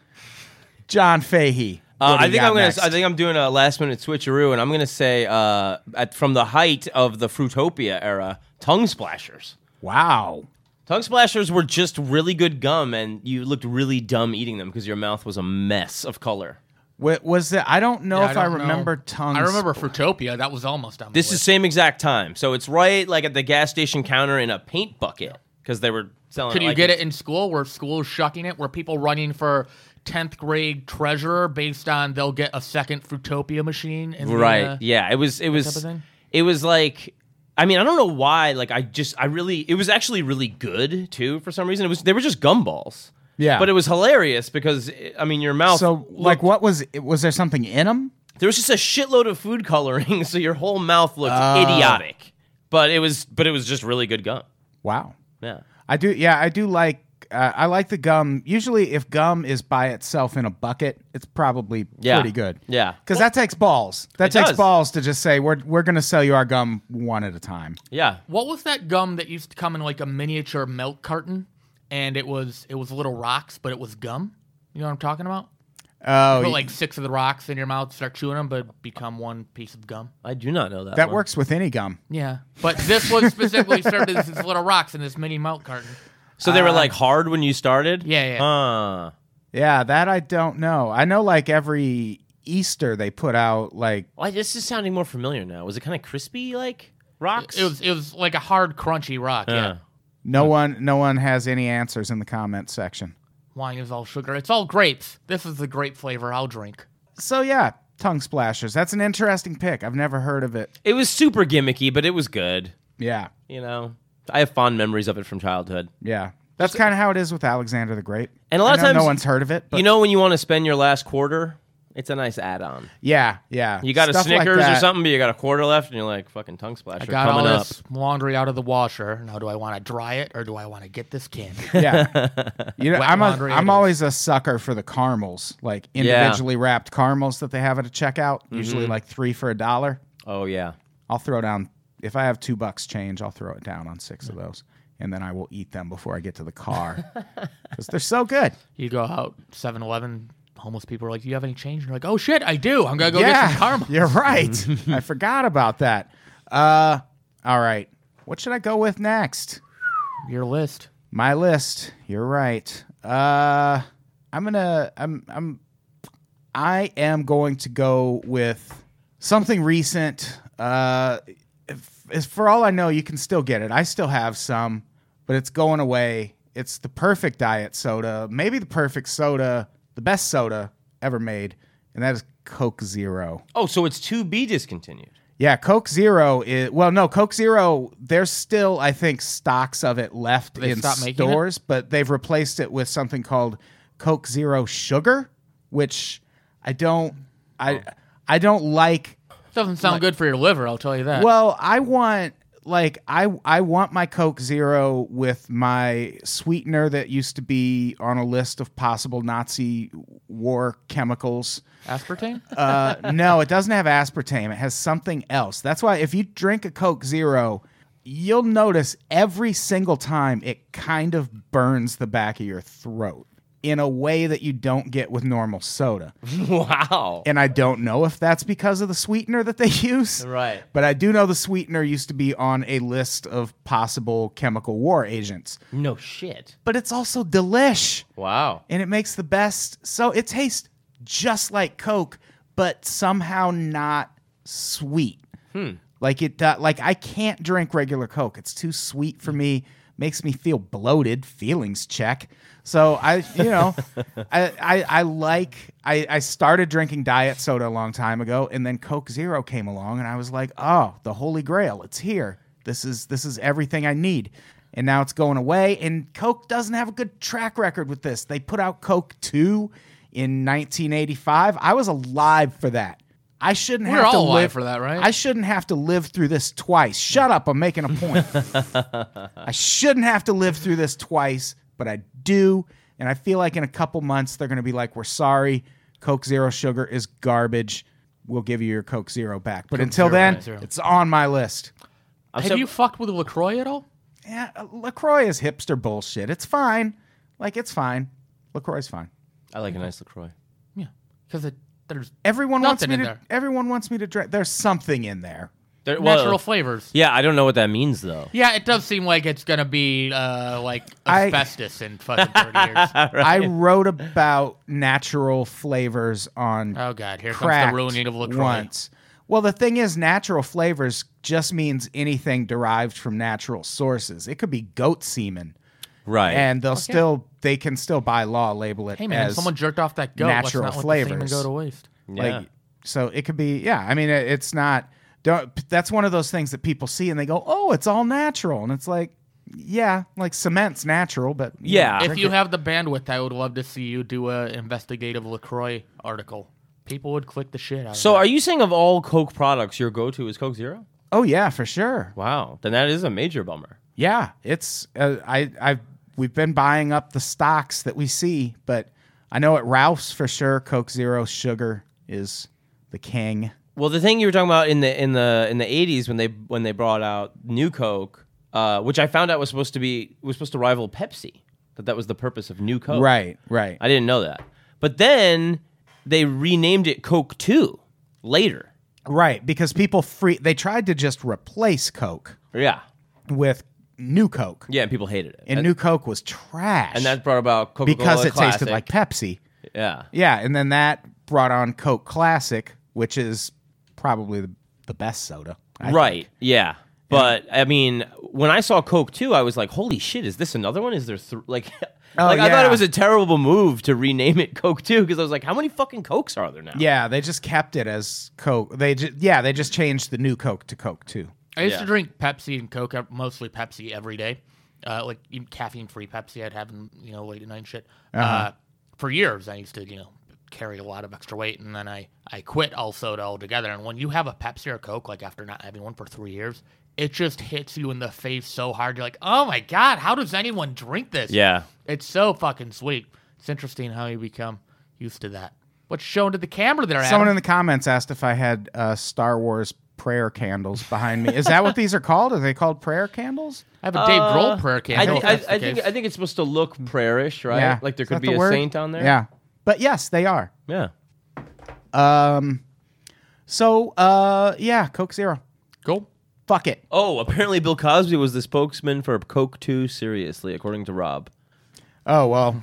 [SPEAKER 2] John Fahey.
[SPEAKER 3] Uh,
[SPEAKER 2] what do
[SPEAKER 3] I
[SPEAKER 2] you
[SPEAKER 3] think
[SPEAKER 2] got
[SPEAKER 3] I'm gonna.
[SPEAKER 2] next?
[SPEAKER 3] I think I'm doing a last minute switcheroo, and I'm gonna say uh, at, from the height of the Fruitopia era, tongue splashers.
[SPEAKER 2] wow.
[SPEAKER 3] Tongue splashers were just really good gum, and you looked really dumb eating them because your mouth was a mess of color.
[SPEAKER 2] Wa- was it? I don't know
[SPEAKER 4] Yeah,
[SPEAKER 2] if I,
[SPEAKER 4] I don't know.
[SPEAKER 2] remember tongues.
[SPEAKER 4] I remember Fruitopia. That was almost on.
[SPEAKER 3] This is
[SPEAKER 4] the list.
[SPEAKER 3] same exact time, so it's right like at the gas station counter in a paint bucket because they were selling.
[SPEAKER 4] Could
[SPEAKER 3] it
[SPEAKER 4] you
[SPEAKER 3] like
[SPEAKER 4] get
[SPEAKER 3] it's-
[SPEAKER 4] it in school? Where schools shucking it? Were people running for tenth grade treasurer based on they'll get a second Fruitopia machine? In the,
[SPEAKER 3] Right.
[SPEAKER 4] uh,
[SPEAKER 3] yeah. It was. It
[SPEAKER 4] type of
[SPEAKER 3] was.
[SPEAKER 4] thing?
[SPEAKER 3] It was like. I mean, I don't know why. Like, I just. I really. It was actually really good too. For some reason, it was. They were just gumballs.
[SPEAKER 2] Yeah.
[SPEAKER 3] But it was hilarious because I mean, your mouth.
[SPEAKER 2] So, like, what was? it- Was there something in them?
[SPEAKER 3] there was just a shitload of food coloring, so your whole mouth looked idiotic. But it was. But it was just really good gum.
[SPEAKER 2] Wow.
[SPEAKER 3] Yeah.
[SPEAKER 2] I do. Yeah, I do like. Uh, I like the gum. Usually, if gum is by itself in a bucket, it's probably
[SPEAKER 3] Yeah.
[SPEAKER 2] pretty good.
[SPEAKER 3] Yeah.
[SPEAKER 2] because that takes balls. That
[SPEAKER 3] It
[SPEAKER 2] takes
[SPEAKER 3] does.
[SPEAKER 2] balls to just say we're we're gonna sell you our gum one at a time.
[SPEAKER 3] Yeah.
[SPEAKER 4] What was that gum that used to come in like a miniature milk carton, and it was it was little rocks, but it was gum. You know what I'm talking about?
[SPEAKER 2] Oh,
[SPEAKER 4] Put like six of the rocks in your mouth, start chewing them, but become one piece of gum.
[SPEAKER 3] I do not know that.
[SPEAKER 2] that
[SPEAKER 3] one.
[SPEAKER 2] works with any gum.
[SPEAKER 4] Yeah, but this one specifically served as these little rocks in this mini milk carton.
[SPEAKER 3] So they were like hard when you started.
[SPEAKER 4] Yeah, yeah.
[SPEAKER 3] Uh,
[SPEAKER 2] Yeah, that I don't know. I know like every Easter they put out like
[SPEAKER 3] why? This is sounding more familiar now. Was it kind of crispy like rocks?
[SPEAKER 4] It was it was like a hard, crunchy rock.
[SPEAKER 3] Yeah.
[SPEAKER 4] yeah.
[SPEAKER 2] no one no one has any answers in the comment section.
[SPEAKER 4] Wine is all sugar. It's all grapes. This is the grape flavor I'll drink.
[SPEAKER 2] So yeah, tongue splashers. That's an interesting pick. I've never heard of it.
[SPEAKER 3] It was super gimmicky, but it was good.
[SPEAKER 2] Yeah,
[SPEAKER 3] You know, I have fond memories of it from childhood.
[SPEAKER 2] yeah. That's kind of how it is with Alexander the Great.
[SPEAKER 3] And a
[SPEAKER 2] I
[SPEAKER 3] lot of
[SPEAKER 2] know
[SPEAKER 3] times-
[SPEAKER 2] no one's heard of it. But
[SPEAKER 3] you know, when you want to spend your last quarter, it's a nice add-on.
[SPEAKER 2] yeah, yeah.
[SPEAKER 3] You got
[SPEAKER 2] Stuff
[SPEAKER 3] a
[SPEAKER 2] like
[SPEAKER 3] Snickers or
[SPEAKER 2] that.
[SPEAKER 3] something, but you got a quarter left, and you're like, "Fucking tongue splasher
[SPEAKER 4] I got all
[SPEAKER 3] coming up."
[SPEAKER 4] this laundry out of the washer. Now, do I want to dry it or do I want to get this candy?
[SPEAKER 2] Yeah. You know,
[SPEAKER 4] Wet
[SPEAKER 2] I'm, a,
[SPEAKER 4] laundry it
[SPEAKER 2] I'm
[SPEAKER 4] is.
[SPEAKER 2] always a sucker for the caramels, like individually wrapped caramels that they have at a checkout, usually
[SPEAKER 3] Mm-hmm.
[SPEAKER 2] like three for a dollar.
[SPEAKER 3] Oh yeah,
[SPEAKER 2] I'll throw down, if I have two bucks change, I'll throw it down on six of those. And then I will eat them before I get to the car because they're so good.
[SPEAKER 4] you go out 7 Eleven, homeless people are like, Do you have any change? And you're like, Oh shit, I do. I'm going to go
[SPEAKER 2] yeah.
[SPEAKER 4] get some caramel.
[SPEAKER 2] You're right. I forgot about that. Uh, all right. What should I go with next?
[SPEAKER 4] Your list.
[SPEAKER 2] My list. You're right. Uh, I'm gonna. I'm. I'm. I am going to go with something recent. Uh, if, if- for all I know, you can still get it. I still have some, but it's going away. It's the perfect diet soda, maybe the perfect soda, the best soda ever made, and that is Coke Zero.
[SPEAKER 3] Oh, so it's to be discontinued.
[SPEAKER 2] Yeah, Coke Zero is well, no, Coke Zero. There's still, I think, stocks of it left
[SPEAKER 4] They
[SPEAKER 2] in
[SPEAKER 4] stopped making it?
[SPEAKER 2] stores, but they've replaced it with something called Coke Zero Sugar, which I don't, I, I don't like.
[SPEAKER 4] Doesn't sound good for your liver, I'll tell you that.
[SPEAKER 2] Well, I want like I I want my Coke Zero with my sweetener that used to be on a list of possible Nazi war chemicals.
[SPEAKER 4] Aspartame?
[SPEAKER 2] Uh, no, it doesn't have aspartame. It has something else. That's why if you drink a Coke Zero, you'll notice every single time it kind of burns the back of your throat in a way that you don't get with normal soda.
[SPEAKER 3] Wow.
[SPEAKER 2] And I don't know if that's because of the sweetener that they use.
[SPEAKER 3] Right.
[SPEAKER 2] But I do know the sweetener used to be on a list of possible chemical war agents.
[SPEAKER 3] No shit.
[SPEAKER 2] But it's also delish
[SPEAKER 3] Wow.
[SPEAKER 2] and it makes the best. So it tastes just like Coke, but somehow not sweet. Like it, do- like I can't drink regular Coke. It's too sweet for me. Makes me feel bloated. Feelings check. So I, you know, I, I, I like. I, I started drinking diet soda a long time ago, and then Coke Zero came along, and I was like, oh, the holy grail. It's here. This is this is everything I need. And now it's going away. And Coke doesn't have a good track record with this. They put out Coke Two in 1985. I was alive for that. I shouldn't
[SPEAKER 4] We're
[SPEAKER 2] have to
[SPEAKER 4] all alive
[SPEAKER 2] live
[SPEAKER 4] for that, right?
[SPEAKER 2] I shouldn't have to live through this twice. Shut up, I'm making a point. I shouldn't have to live through this twice, but I do. And I feel like in a couple months, they're going to be like, we're sorry. Coke Zero Sugar is garbage. We'll give you your Coke Zero back. But until
[SPEAKER 4] Zero,
[SPEAKER 2] then,
[SPEAKER 4] right, zero.
[SPEAKER 2] it's on my list.
[SPEAKER 3] I'm
[SPEAKER 4] Have
[SPEAKER 3] so-
[SPEAKER 4] you fucked with LaCroix at all?
[SPEAKER 2] Yeah, uh, LaCroix is hipster bullshit. It's fine. Like, it's fine. LaCroix's fine.
[SPEAKER 3] I like a nice LaCroix.
[SPEAKER 4] Yeah. Because there's
[SPEAKER 2] Everyone
[SPEAKER 4] Nothing
[SPEAKER 2] wants
[SPEAKER 4] in
[SPEAKER 2] me to.
[SPEAKER 4] there.
[SPEAKER 2] Everyone wants me to drink. There's something in there.
[SPEAKER 3] There- well,
[SPEAKER 4] natural flavors.
[SPEAKER 3] Yeah, I don't know what that means though.
[SPEAKER 4] Yeah, it does seem like it's gonna be uh, like
[SPEAKER 2] I-
[SPEAKER 4] asbestos in fucking thirty years.
[SPEAKER 2] I wrote about natural flavors on
[SPEAKER 4] Oh god, here comes
[SPEAKER 2] cracked
[SPEAKER 4] the ruining of LaCroix.
[SPEAKER 2] once. Well, the thing is, natural flavors just means anything derived from natural sources. It could be goat semen,
[SPEAKER 3] Right.
[SPEAKER 2] and they'll still they can still by law label it
[SPEAKER 4] Hey man,
[SPEAKER 2] as
[SPEAKER 4] someone jerked off that goat.
[SPEAKER 2] natural
[SPEAKER 4] Let's not Let the semen
[SPEAKER 2] flavors.
[SPEAKER 4] go to waste.
[SPEAKER 3] yeah.
[SPEAKER 2] like so it could be yeah. I mean, it, it's not. Don't, that's one of those things that people see and they go, "Oh, it's all natural," and it's like, yeah, like cement's natural, but you
[SPEAKER 3] Yeah.
[SPEAKER 2] know,
[SPEAKER 3] I
[SPEAKER 4] if you have the bandwidth, I would love to see you do a investigative Lacroix article. People would click the shit out.
[SPEAKER 3] so
[SPEAKER 4] of
[SPEAKER 3] are you saying of all Coke products, your go-to is Coke Zero?
[SPEAKER 2] oh yeah, for sure.
[SPEAKER 3] Wow. Then that is a major bummer.
[SPEAKER 2] Yeah, it's uh, I I've we've been buying up the stocks that we see, but I know at Ralph's for sure, Coke Zero Sugar is the king.
[SPEAKER 3] Well, the thing you were talking about in the in the in the eighties when they when they brought out New Coke, uh, which I found out was supposed to be was supposed to rival Pepsi. That that was the purpose of New Coke.
[SPEAKER 2] Right, right.
[SPEAKER 3] I didn't know that. But then they renamed it Coke Two later.
[SPEAKER 2] right, because people free they tried to just replace Coke
[SPEAKER 3] Yeah.
[SPEAKER 2] with new Coke.
[SPEAKER 3] Yeah, and people hated it.
[SPEAKER 2] And new Coke was trash.
[SPEAKER 3] and that brought about Coca-Cola
[SPEAKER 2] because it
[SPEAKER 3] Classic.
[SPEAKER 2] tasted like Pepsi.
[SPEAKER 3] yeah.
[SPEAKER 2] Yeah, and then that brought on Coke Classic, which is probably the, the best soda. I
[SPEAKER 3] right. Yeah. But I mean, when I saw Coke 2, I was like, "Holy shit, is this another one? Is there th- like
[SPEAKER 2] Oh,
[SPEAKER 3] like I thought
[SPEAKER 2] yeah.
[SPEAKER 3] it was a terrible move to rename it Coke 2 because I was like, how many fucking Cokes are there now?"
[SPEAKER 2] Yeah, they just kept it as Coke. They ju- yeah, they just changed the new Coke to Coke too.
[SPEAKER 4] I used
[SPEAKER 3] Yeah.
[SPEAKER 4] to drink Pepsi and Coke, uh, mostly Pepsi every day, uh, like even caffeine-free Pepsi. I'd have, in, you know, late at night and shit. uh
[SPEAKER 3] Uh-huh.
[SPEAKER 4] for years, I used to, you know, carry a lot of extra weight, and then I I quit all soda altogether. And when you have a Pepsi or Coke, like after not having one for three years, it just hits you in the face so hard. You're like, oh my god, how does anyone drink this?
[SPEAKER 3] Yeah.
[SPEAKER 4] it's so fucking sweet. It's interesting how you become used to that. What's shown to the camera there?
[SPEAKER 2] Someone in
[SPEAKER 4] Adam?
[SPEAKER 2] the comments asked if I had uh, Star Wars prayer candles behind me. Is that what these are called? Are they called prayer candles?
[SPEAKER 4] I have a Dave
[SPEAKER 3] Uh,
[SPEAKER 4] Grohl prayer
[SPEAKER 3] I,
[SPEAKER 4] candle.
[SPEAKER 3] think,
[SPEAKER 4] if
[SPEAKER 3] I,
[SPEAKER 4] that's the
[SPEAKER 3] I think
[SPEAKER 4] case.
[SPEAKER 3] I think it's supposed to look prayerish, right?
[SPEAKER 2] Yeah,
[SPEAKER 3] Like there
[SPEAKER 2] Is
[SPEAKER 3] could
[SPEAKER 2] that
[SPEAKER 3] be
[SPEAKER 2] the
[SPEAKER 3] a
[SPEAKER 2] word?
[SPEAKER 3] saint on there.
[SPEAKER 2] Yeah, but yes, they are.
[SPEAKER 3] Yeah.
[SPEAKER 2] Um, so uh, yeah, Coke Zero.
[SPEAKER 4] cool.
[SPEAKER 2] Fuck it.
[SPEAKER 3] Oh, apparently Bill Cosby was the spokesman for Coke 2 seriously, according to Rob.
[SPEAKER 2] Oh well,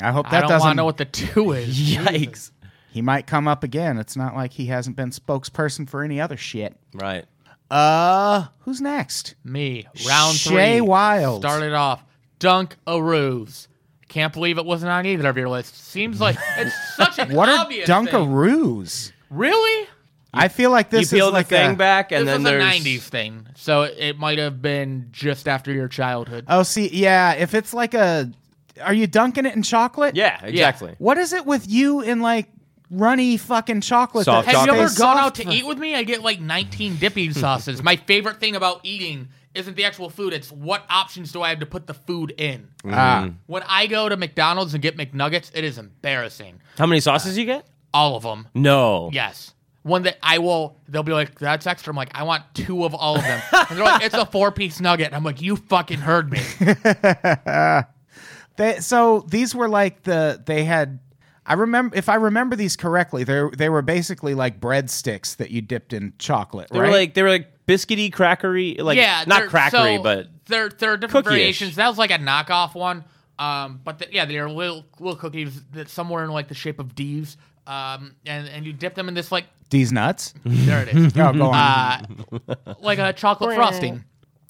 [SPEAKER 2] I hope that
[SPEAKER 4] I don't
[SPEAKER 2] doesn't.
[SPEAKER 4] want to know what the two is.
[SPEAKER 3] Yikes.
[SPEAKER 2] He might come up again. It's not like he hasn't been spokesperson for any other shit.
[SPEAKER 3] Right.
[SPEAKER 2] Uh, who's next?
[SPEAKER 4] Me, round
[SPEAKER 2] Shea
[SPEAKER 4] three.
[SPEAKER 2] Wild.
[SPEAKER 4] Started off Dunk Aroos. Can't believe it wasn't on either of your lists. Seems like it's such an
[SPEAKER 2] What are
[SPEAKER 4] obvious thing.
[SPEAKER 2] Dunkaroos?
[SPEAKER 4] Really?
[SPEAKER 2] I feel like
[SPEAKER 3] You
[SPEAKER 2] this
[SPEAKER 3] peel
[SPEAKER 2] is like
[SPEAKER 3] the thing
[SPEAKER 2] a,
[SPEAKER 3] back, and
[SPEAKER 4] this
[SPEAKER 3] then
[SPEAKER 4] was
[SPEAKER 3] there's
[SPEAKER 4] a '90s thing, so it, it might have been just after your childhood.
[SPEAKER 2] Oh, see, yeah. If it's like a, are you dunking it in chocolate?
[SPEAKER 3] Yeah, exactly.
[SPEAKER 2] What is it with you and like runny fucking chocolate?
[SPEAKER 3] Soft
[SPEAKER 2] that
[SPEAKER 4] Have you
[SPEAKER 3] chocolate.
[SPEAKER 4] ever
[SPEAKER 2] tastes
[SPEAKER 4] gone
[SPEAKER 2] soft
[SPEAKER 4] out to
[SPEAKER 2] for-
[SPEAKER 4] eat with me? I get like 19 dipping sauces. My favorite thing about eating isn't the actual food; it's what options do I have to put the food in.
[SPEAKER 2] Ah,
[SPEAKER 4] When I go to McDonald's and get McNuggets, it is embarrassing.
[SPEAKER 3] How many sauces you get?
[SPEAKER 4] All of them.
[SPEAKER 3] No.
[SPEAKER 4] Yes. One that I will, they'll be like, that's extra. I'm like, I want two of all of them. And they're like, it's a four piece nugget. And I'm like, you fucking heard me.
[SPEAKER 2] they, so these were like the they had. I remember if I remember these correctly, they they were basically like breadsticks that you dipped in chocolate,
[SPEAKER 3] They
[SPEAKER 2] right?
[SPEAKER 3] were like they were like biscuity crackery, like
[SPEAKER 4] yeah.
[SPEAKER 3] not
[SPEAKER 4] they're-
[SPEAKER 3] crackery,
[SPEAKER 4] so
[SPEAKER 3] but
[SPEAKER 4] They're, they're different
[SPEAKER 3] cookie-ish.
[SPEAKER 4] variations. That was like a knockoff one. Um, but the, yeah, they're little, little cookies that somewhere in like the shape of D's. Um, and, and you dip them in this, like,
[SPEAKER 2] these nuts.
[SPEAKER 3] Mm-hmm.
[SPEAKER 4] there it is.
[SPEAKER 2] Oh, go on.
[SPEAKER 4] uh, like a chocolate frosting,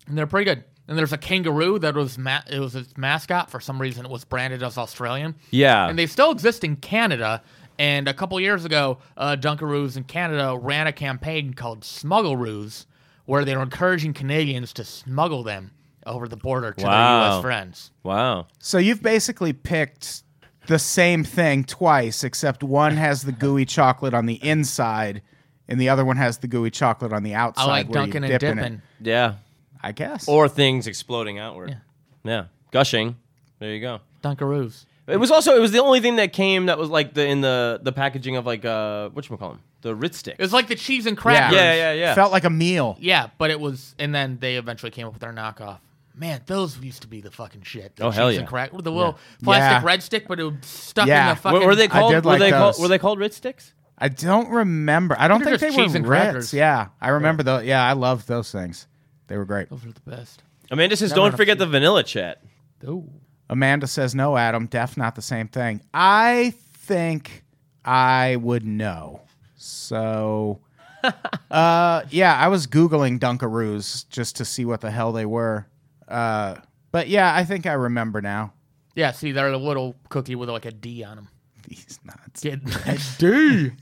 [SPEAKER 4] and they're pretty good. And there's a kangaroo that was ma- it was its mascot for some reason. It was branded as Australian.
[SPEAKER 3] Yeah.
[SPEAKER 4] and they still exist in Canada. And a couple years ago, uh, Dunkaroos in Canada ran a campaign called Smuggleroos, where they were encouraging Canadians to smuggle them over the border to their
[SPEAKER 3] Wow.
[SPEAKER 4] U.S. friends.
[SPEAKER 3] wow.
[SPEAKER 2] So you've basically picked the same thing twice, except one has the gooey chocolate on the inside, and the other one has the gooey chocolate on the outside.
[SPEAKER 4] I like
[SPEAKER 2] where you
[SPEAKER 4] dunking and
[SPEAKER 2] dip in
[SPEAKER 4] dipping.
[SPEAKER 2] it.
[SPEAKER 3] Yeah.
[SPEAKER 2] I guess.
[SPEAKER 3] Or things exploding outward. Yeah. Gushing. There you go.
[SPEAKER 4] Dunkaroos.
[SPEAKER 3] It was also it was the only thing that came that was like the in the the packaging of like uh what you call them the Ritz stick.
[SPEAKER 4] It was like the cheese and crackers.
[SPEAKER 3] yeah, yeah, yeah.
[SPEAKER 2] Felt like a meal.
[SPEAKER 4] Yeah, but it was, and then they eventually came up with their knockoff. Man, those used to be the fucking shit. The
[SPEAKER 3] Oh, hell
[SPEAKER 4] cheese
[SPEAKER 3] yeah.
[SPEAKER 4] And crack, with the little plastic
[SPEAKER 2] Yeah.
[SPEAKER 4] red stick, but it was stuck
[SPEAKER 2] Yeah.
[SPEAKER 4] in the
[SPEAKER 2] What
[SPEAKER 4] fucking.
[SPEAKER 3] What were they called?
[SPEAKER 2] did
[SPEAKER 3] were
[SPEAKER 2] like
[SPEAKER 3] they called?
[SPEAKER 2] those.
[SPEAKER 3] Were they called Ritz sticks?
[SPEAKER 2] I don't remember. I don't
[SPEAKER 4] They're
[SPEAKER 2] think
[SPEAKER 4] just
[SPEAKER 2] they were
[SPEAKER 4] cheese and
[SPEAKER 2] Ritz.
[SPEAKER 4] crackers.
[SPEAKER 2] Yeah, I remember those. Yeah, I loved those things. They were great.
[SPEAKER 4] Those are the best.
[SPEAKER 3] Amanda says, "Don't forget the vanilla chat."
[SPEAKER 4] Oh,
[SPEAKER 2] Amanda says no, Adam. Def not the same thing. I think I would know. So, uh, yeah, I was googling Dunkaroos just to see what the hell they were. Uh, but yeah, I think I remember now.
[SPEAKER 4] yeah. See, they're a little cookie with like a D on them.
[SPEAKER 2] These nuts.
[SPEAKER 4] Get
[SPEAKER 2] D.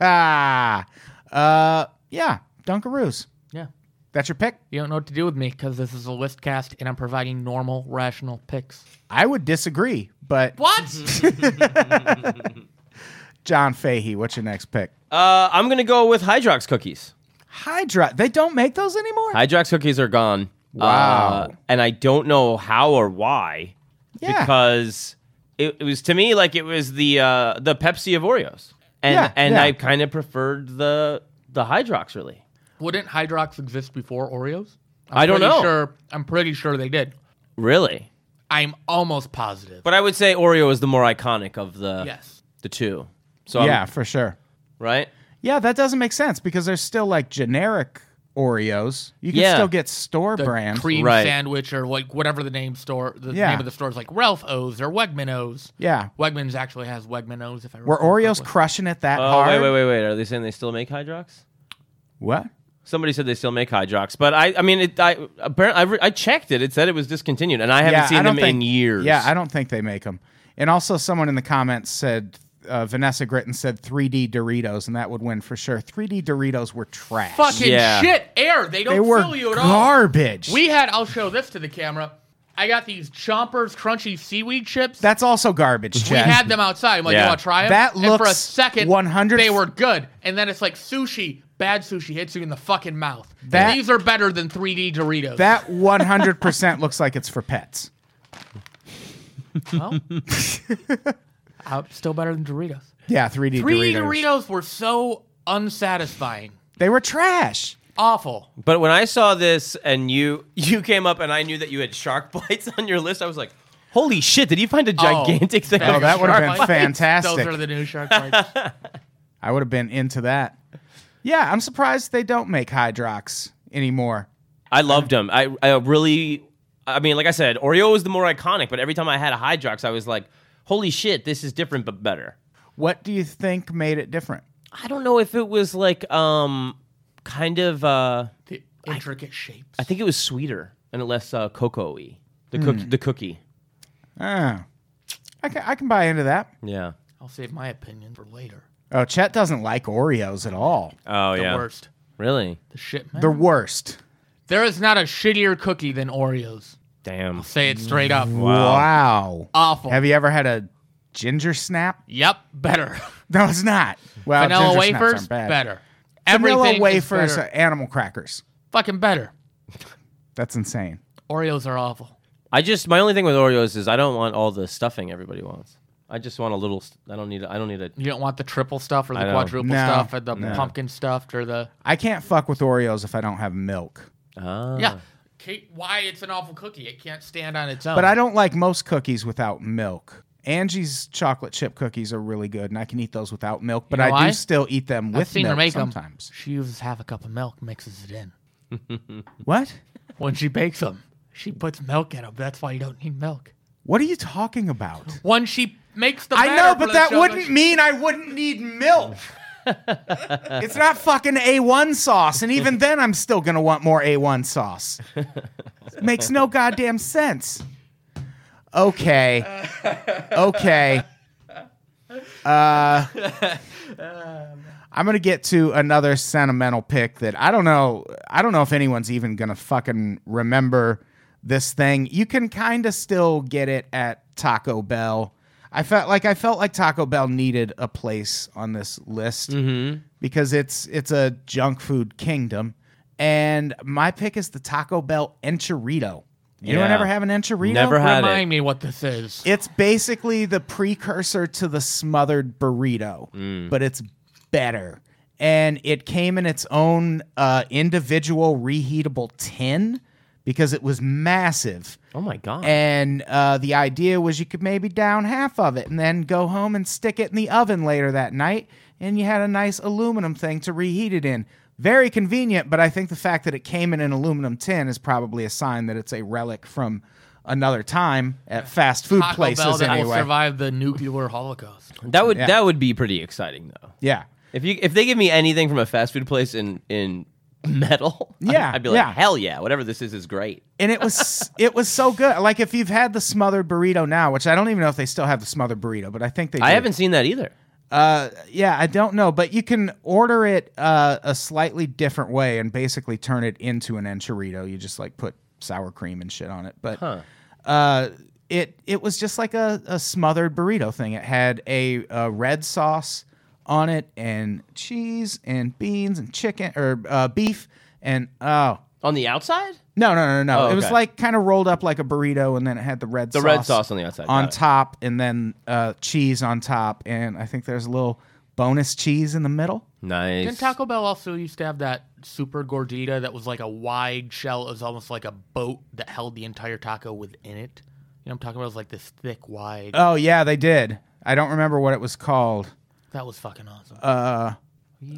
[SPEAKER 2] ah, uh, yeah, Dunkaroos.
[SPEAKER 4] yeah.
[SPEAKER 2] That's your pick.
[SPEAKER 4] You don't know what to do with me because this is a list cast, and I'm providing normal, rational picks.
[SPEAKER 2] I would disagree, but
[SPEAKER 4] What?
[SPEAKER 2] John Fahey, what's your next pick?
[SPEAKER 3] Uh, I'm gonna go with Hydrox cookies.
[SPEAKER 2] Hydra. They don't make those anymore.
[SPEAKER 3] Hydrox cookies are gone.
[SPEAKER 2] Wow.
[SPEAKER 3] Uh, and I don't know how or why.
[SPEAKER 2] Yeah.
[SPEAKER 3] Because it, it was to me like it was the uh, the Pepsi of Oreos, and
[SPEAKER 2] Yeah,
[SPEAKER 3] and
[SPEAKER 2] yeah.
[SPEAKER 3] I kind of preferred the the Hydrox really.
[SPEAKER 4] Wouldn't Hydrox exist before Oreos? I'm
[SPEAKER 3] I don't
[SPEAKER 4] pretty
[SPEAKER 3] know.
[SPEAKER 4] Sure, I'm pretty sure they did.
[SPEAKER 3] Really.
[SPEAKER 4] I'm almost positive.
[SPEAKER 3] But I would say Oreo is the more iconic of the
[SPEAKER 4] yes.
[SPEAKER 3] the two. So I'm-
[SPEAKER 2] yeah, for sure.
[SPEAKER 3] right.
[SPEAKER 2] Yeah, that doesn't make sense because there's still like generic Oreos. You can
[SPEAKER 3] Yeah.
[SPEAKER 2] still get store
[SPEAKER 4] the
[SPEAKER 2] brand.
[SPEAKER 4] cream
[SPEAKER 3] Right.
[SPEAKER 4] sandwich or like whatever the name store the
[SPEAKER 2] Yeah.
[SPEAKER 4] name of the store is like Ralph O's or Wegman O's.
[SPEAKER 2] yeah.
[SPEAKER 4] Wegman's actually has Wegman O's if I
[SPEAKER 2] Were
[SPEAKER 4] remember.
[SPEAKER 2] Oreos
[SPEAKER 4] correctly.
[SPEAKER 2] crushing it that
[SPEAKER 3] Oh
[SPEAKER 2] hard?
[SPEAKER 3] wait wait wait wait. Are they saying they still make Hydrox?
[SPEAKER 2] What?
[SPEAKER 3] Somebody said they still make Hydrox, but I I mean it, I apparently I, re- I checked it. It said it was discontinued, and I haven't
[SPEAKER 2] yeah, I
[SPEAKER 3] seen them
[SPEAKER 2] don't
[SPEAKER 3] in
[SPEAKER 2] think-
[SPEAKER 3] years.
[SPEAKER 2] Yeah, I don't think they make them. And also, someone in the comments said uh, Vanessa Gritton said 3D Doritos, and that would win for sure. 3D Doritos were trash.
[SPEAKER 4] fucking
[SPEAKER 3] Yeah.
[SPEAKER 4] shit air. They don't
[SPEAKER 2] they were
[SPEAKER 4] fill you at all.
[SPEAKER 2] garbage.
[SPEAKER 4] We had I'll show this to the camera. I got these Chompers crunchy seaweed chips.
[SPEAKER 2] That's also garbage,
[SPEAKER 4] we
[SPEAKER 2] Chad.
[SPEAKER 4] had them outside. I'm like,
[SPEAKER 3] Yeah.
[SPEAKER 4] you want to try them?
[SPEAKER 2] That
[SPEAKER 4] and for a
[SPEAKER 2] looks
[SPEAKER 4] second,
[SPEAKER 2] 100
[SPEAKER 4] they were good. And then it's like sushi, bad sushi hits you in the fucking mouth. And
[SPEAKER 2] That-
[SPEAKER 4] these are better than 3D Doritos.
[SPEAKER 2] That 100% looks like it's for pets.
[SPEAKER 4] well, uh, still better than Doritos.
[SPEAKER 2] Yeah, 3D,
[SPEAKER 4] Three
[SPEAKER 2] Doritos.
[SPEAKER 4] Doritos were so unsatisfying.
[SPEAKER 2] They were trash.
[SPEAKER 4] Awful.
[SPEAKER 3] But when I saw this and you you came up and I knew that you had shark bites on your list, I was like, "Holy shit! Did you find a gigantic thing?"
[SPEAKER 2] Oh,
[SPEAKER 3] of
[SPEAKER 2] that would've
[SPEAKER 3] shark
[SPEAKER 2] been
[SPEAKER 3] bites?
[SPEAKER 2] fa- fantastic.
[SPEAKER 4] Those are the new shark bites.
[SPEAKER 2] I would have been into that. Yeah, I'm surprised they don't make Hydrox anymore.
[SPEAKER 3] I loved them. I I really, I mean, like I said, Oreo was the more iconic. But every time I had a Hydrox, I was like, "Holy shit! This is different but better."
[SPEAKER 2] What do you think made it different?
[SPEAKER 3] I don't know if it was like um kind of uh
[SPEAKER 4] The intricate shapes.
[SPEAKER 3] I think it was sweeter and less uh, cocoa-y. The cook
[SPEAKER 2] Hmm.
[SPEAKER 3] the cookie.
[SPEAKER 2] Ah, I can I can buy into that.
[SPEAKER 3] Yeah.
[SPEAKER 4] I'll save my opinion for later.
[SPEAKER 2] Oh, Chet doesn't like Oreos at all.
[SPEAKER 3] Oh
[SPEAKER 4] The
[SPEAKER 3] yeah.
[SPEAKER 4] worst.
[SPEAKER 3] Really?
[SPEAKER 4] The shit, man.
[SPEAKER 2] They're worst.
[SPEAKER 4] there is not a shittier cookie than Oreos.
[SPEAKER 3] Damn.
[SPEAKER 4] Say it straight up.
[SPEAKER 2] Wow.
[SPEAKER 4] Awful.
[SPEAKER 2] Have you ever had a ginger snap?
[SPEAKER 4] Yep, better.
[SPEAKER 2] No, it's not. Well,
[SPEAKER 4] Vanilla
[SPEAKER 2] ginger snaps
[SPEAKER 4] wafers,
[SPEAKER 2] aren't bad.
[SPEAKER 4] better.
[SPEAKER 2] Vanilla
[SPEAKER 4] Everything
[SPEAKER 2] wafers,
[SPEAKER 4] is
[SPEAKER 2] are
[SPEAKER 4] better.
[SPEAKER 2] animal crackers.
[SPEAKER 4] fucking better.
[SPEAKER 2] That's insane.
[SPEAKER 4] Oreos are awful.
[SPEAKER 3] I just my only thing with Oreos is I don't want all the stuffing everybody wants. I just want a little. st- I don't need. I don't need a.
[SPEAKER 4] You don't want the triple stuff or the
[SPEAKER 3] I know.
[SPEAKER 4] quadruple
[SPEAKER 2] No,
[SPEAKER 4] stuff or the
[SPEAKER 2] no.
[SPEAKER 4] pumpkin stuffed or the
[SPEAKER 2] I can't fuck with Oreos if I don't have milk.
[SPEAKER 3] Ah.
[SPEAKER 4] yeah. Kate, why it's an awful cookie? It can't stand on its own.
[SPEAKER 2] But I don't like most cookies without milk. Angie's chocolate chip cookies are really good, and I can eat those without milk. But
[SPEAKER 4] know
[SPEAKER 2] I do
[SPEAKER 4] why?
[SPEAKER 2] still eat them
[SPEAKER 4] I've
[SPEAKER 2] with
[SPEAKER 4] seen
[SPEAKER 2] milk
[SPEAKER 4] her make 'em.
[SPEAKER 2] sometimes.
[SPEAKER 4] She uses half a cup of milk, mixes it in.
[SPEAKER 2] What?
[SPEAKER 4] When she bakes them, she puts milk in them. That's why you don't need milk. What?
[SPEAKER 2] What are you talking about?
[SPEAKER 4] When she makes the
[SPEAKER 2] I
[SPEAKER 4] batter
[SPEAKER 2] know,
[SPEAKER 4] for
[SPEAKER 2] but
[SPEAKER 4] the
[SPEAKER 2] that
[SPEAKER 4] chocolate
[SPEAKER 2] wouldn't
[SPEAKER 4] chip-
[SPEAKER 2] mean I wouldn't need milk. it's not fucking A1 sauce, and even then, I'm still gonna want more A1 sauce. Makes no goddamn sense. Okay, okay. Uh, I'm gonna get to another sentimental pick that I don't know. I don't know if anyone's even gonna fucking remember this thing. You can kind of still get it at Taco Bell. I felt like I felt like Taco Bell needed a place on this list
[SPEAKER 3] Mm-hmm.
[SPEAKER 2] because it's it's a junk food kingdom. And my pick is the Taco Bell enchilada. Anyone
[SPEAKER 3] Yeah.
[SPEAKER 2] ever have an enchilada?
[SPEAKER 3] Never had it.
[SPEAKER 4] Remind me what this is.
[SPEAKER 2] It's basically the precursor to the smothered burrito, but it's better. And it came in its own uh, individual reheatable tin because it was massive.
[SPEAKER 3] Oh my god.
[SPEAKER 2] And uh, the idea was you could maybe down half of it and then go home and stick it in the oven later that night. And you had a nice aluminum thing to reheat it in. Very convenient, but I think the fact that it came in an aluminum tin is probably a sign that it's a relic from another time at fast food
[SPEAKER 4] Taco
[SPEAKER 2] places
[SPEAKER 4] Bell that will
[SPEAKER 2] anyway.
[SPEAKER 4] survive the nuclear holocaust.
[SPEAKER 3] that would
[SPEAKER 2] yeah.
[SPEAKER 3] that would be pretty exciting though.
[SPEAKER 2] Yeah.
[SPEAKER 3] If you if they give me anything from a fast food place in in metal, I'd-
[SPEAKER 2] Yeah,
[SPEAKER 3] I'd, be like
[SPEAKER 2] yeah.
[SPEAKER 3] hell yeah, whatever this is is great.
[SPEAKER 2] And it was it was so good. Like if you've had the smothered burrito now, which I don't even know if they still have the smothered burrito, but I think they
[SPEAKER 3] I
[SPEAKER 2] do.
[SPEAKER 3] haven't seen that either.
[SPEAKER 2] Uh, yeah, I don't know, but you can order it uh, a slightly different way and basically turn it into an enchilada. You just like put sour cream and shit on it, but uh, it it was just like a, a smothered burrito thing. It had a, a red sauce on it and cheese and beans and chicken or uh, beef and oh.
[SPEAKER 3] On the outside,
[SPEAKER 2] No, no, no, no.
[SPEAKER 3] Oh,
[SPEAKER 2] It was
[SPEAKER 3] okay.
[SPEAKER 2] like kind of rolled up like a burrito, and then it had the red
[SPEAKER 3] the
[SPEAKER 2] sauce
[SPEAKER 3] red sauce on the outside.
[SPEAKER 2] on
[SPEAKER 3] Got it.
[SPEAKER 2] top, and then uh, cheese on top, and I think there's a little bonus cheese in the middle.
[SPEAKER 3] Nice.
[SPEAKER 4] Didn't Taco Bell also used to have that super gordita that was like a wide shell? It was almost like a boat that held the entire taco within it. You know, what I'm talking about it was like this thick, wide.
[SPEAKER 2] Oh yeah, they did. I don't remember what it was called.
[SPEAKER 4] that was fucking awesome.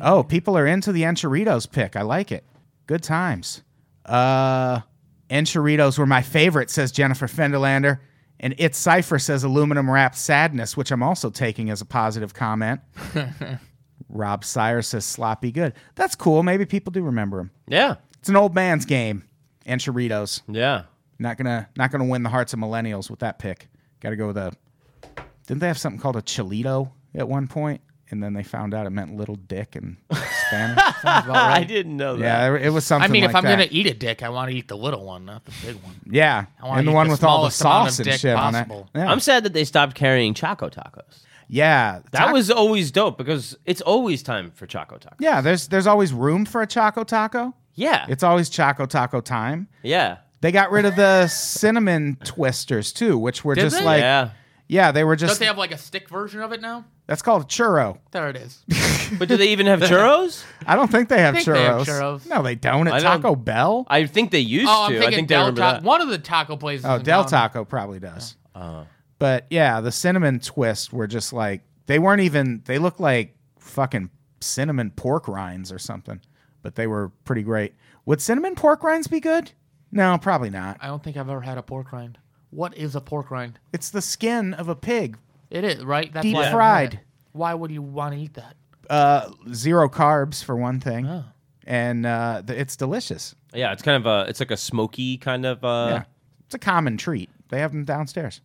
[SPEAKER 2] Oh, people are into the enchiritos pick. I like it. Good times. Uh, enchiritos were my favorite, says Jennifer Fenderlander. And It's Cypher says aluminum wrapped sadness, which I'm also taking as a positive comment. Rob Sire says sloppy good. That's cool. Maybe people do remember him.
[SPEAKER 3] yeah,
[SPEAKER 2] It's an old man's game. Enchiritos.
[SPEAKER 3] yeah.
[SPEAKER 2] Not gonna not gonna win the hearts of millennials with that pick. Gotta go with a didn't they have something called a chilito at one point? And then they found out it meant little dick in Spanish.
[SPEAKER 4] Sounds about right.
[SPEAKER 3] I didn't know that.
[SPEAKER 2] Yeah, it it was something.
[SPEAKER 4] I mean,
[SPEAKER 2] like
[SPEAKER 4] if I'm
[SPEAKER 2] that.
[SPEAKER 4] gonna eat a dick, I want to eat the little one, not the big one.
[SPEAKER 2] yeah,
[SPEAKER 4] wanna
[SPEAKER 2] and the
[SPEAKER 4] eat
[SPEAKER 2] one
[SPEAKER 4] the
[SPEAKER 2] with all the
[SPEAKER 4] smallest amount
[SPEAKER 2] sauce
[SPEAKER 4] of
[SPEAKER 2] and
[SPEAKER 4] dick
[SPEAKER 2] shit
[SPEAKER 4] possible.
[SPEAKER 2] on it. Yeah,
[SPEAKER 3] I'm sad that they stopped carrying Choco Tacos.
[SPEAKER 2] yeah,
[SPEAKER 3] That
[SPEAKER 2] Tac-
[SPEAKER 3] was always dope because it's always time for Choco Tacos.
[SPEAKER 2] yeah. There's there's always room for a choco taco.
[SPEAKER 3] Yeah.
[SPEAKER 2] It's always choco taco time.
[SPEAKER 3] yeah.
[SPEAKER 2] They got rid of the cinnamon twisters too, which were
[SPEAKER 4] Did
[SPEAKER 2] just
[SPEAKER 4] they?
[SPEAKER 2] like yeah.
[SPEAKER 3] yeah.
[SPEAKER 2] they were
[SPEAKER 4] Don't
[SPEAKER 2] just
[SPEAKER 4] they have like a stick version of it now?
[SPEAKER 2] that's called a churro.
[SPEAKER 4] There it is.
[SPEAKER 3] But do they even have churros?
[SPEAKER 2] I don't think they have,
[SPEAKER 4] think
[SPEAKER 2] churros.
[SPEAKER 4] they have churros.
[SPEAKER 2] No, they don't at
[SPEAKER 3] I don't-
[SPEAKER 2] Taco Bell.
[SPEAKER 3] I think they used
[SPEAKER 4] Oh, I'm
[SPEAKER 3] to. I
[SPEAKER 4] thinking
[SPEAKER 3] think they
[SPEAKER 4] Del
[SPEAKER 3] remember
[SPEAKER 4] Taco.
[SPEAKER 3] that.
[SPEAKER 4] One of the taco places.
[SPEAKER 2] Oh,
[SPEAKER 4] in
[SPEAKER 2] Del
[SPEAKER 4] town.
[SPEAKER 2] Taco probably does.
[SPEAKER 3] Uh-huh.
[SPEAKER 2] But yeah, the cinnamon twist were just like they weren't even. They looked like fucking cinnamon pork rinds or something. But they were pretty great. Would cinnamon pork rinds be good? No, probably not.
[SPEAKER 4] I don't think I've ever had a pork rind. What is a pork rind?
[SPEAKER 2] It's the skin of a pig,
[SPEAKER 4] It is right. That's
[SPEAKER 2] deep
[SPEAKER 4] why I haven't had
[SPEAKER 2] fried.
[SPEAKER 4] it. Why would you want to eat that?
[SPEAKER 2] Uh, zero carbs for one thing,
[SPEAKER 3] Oh.
[SPEAKER 2] and uh, th- it's delicious.
[SPEAKER 3] Yeah, it's kind of a it's like a smoky kind of uh
[SPEAKER 2] yeah, it's a common treat. They have them downstairs.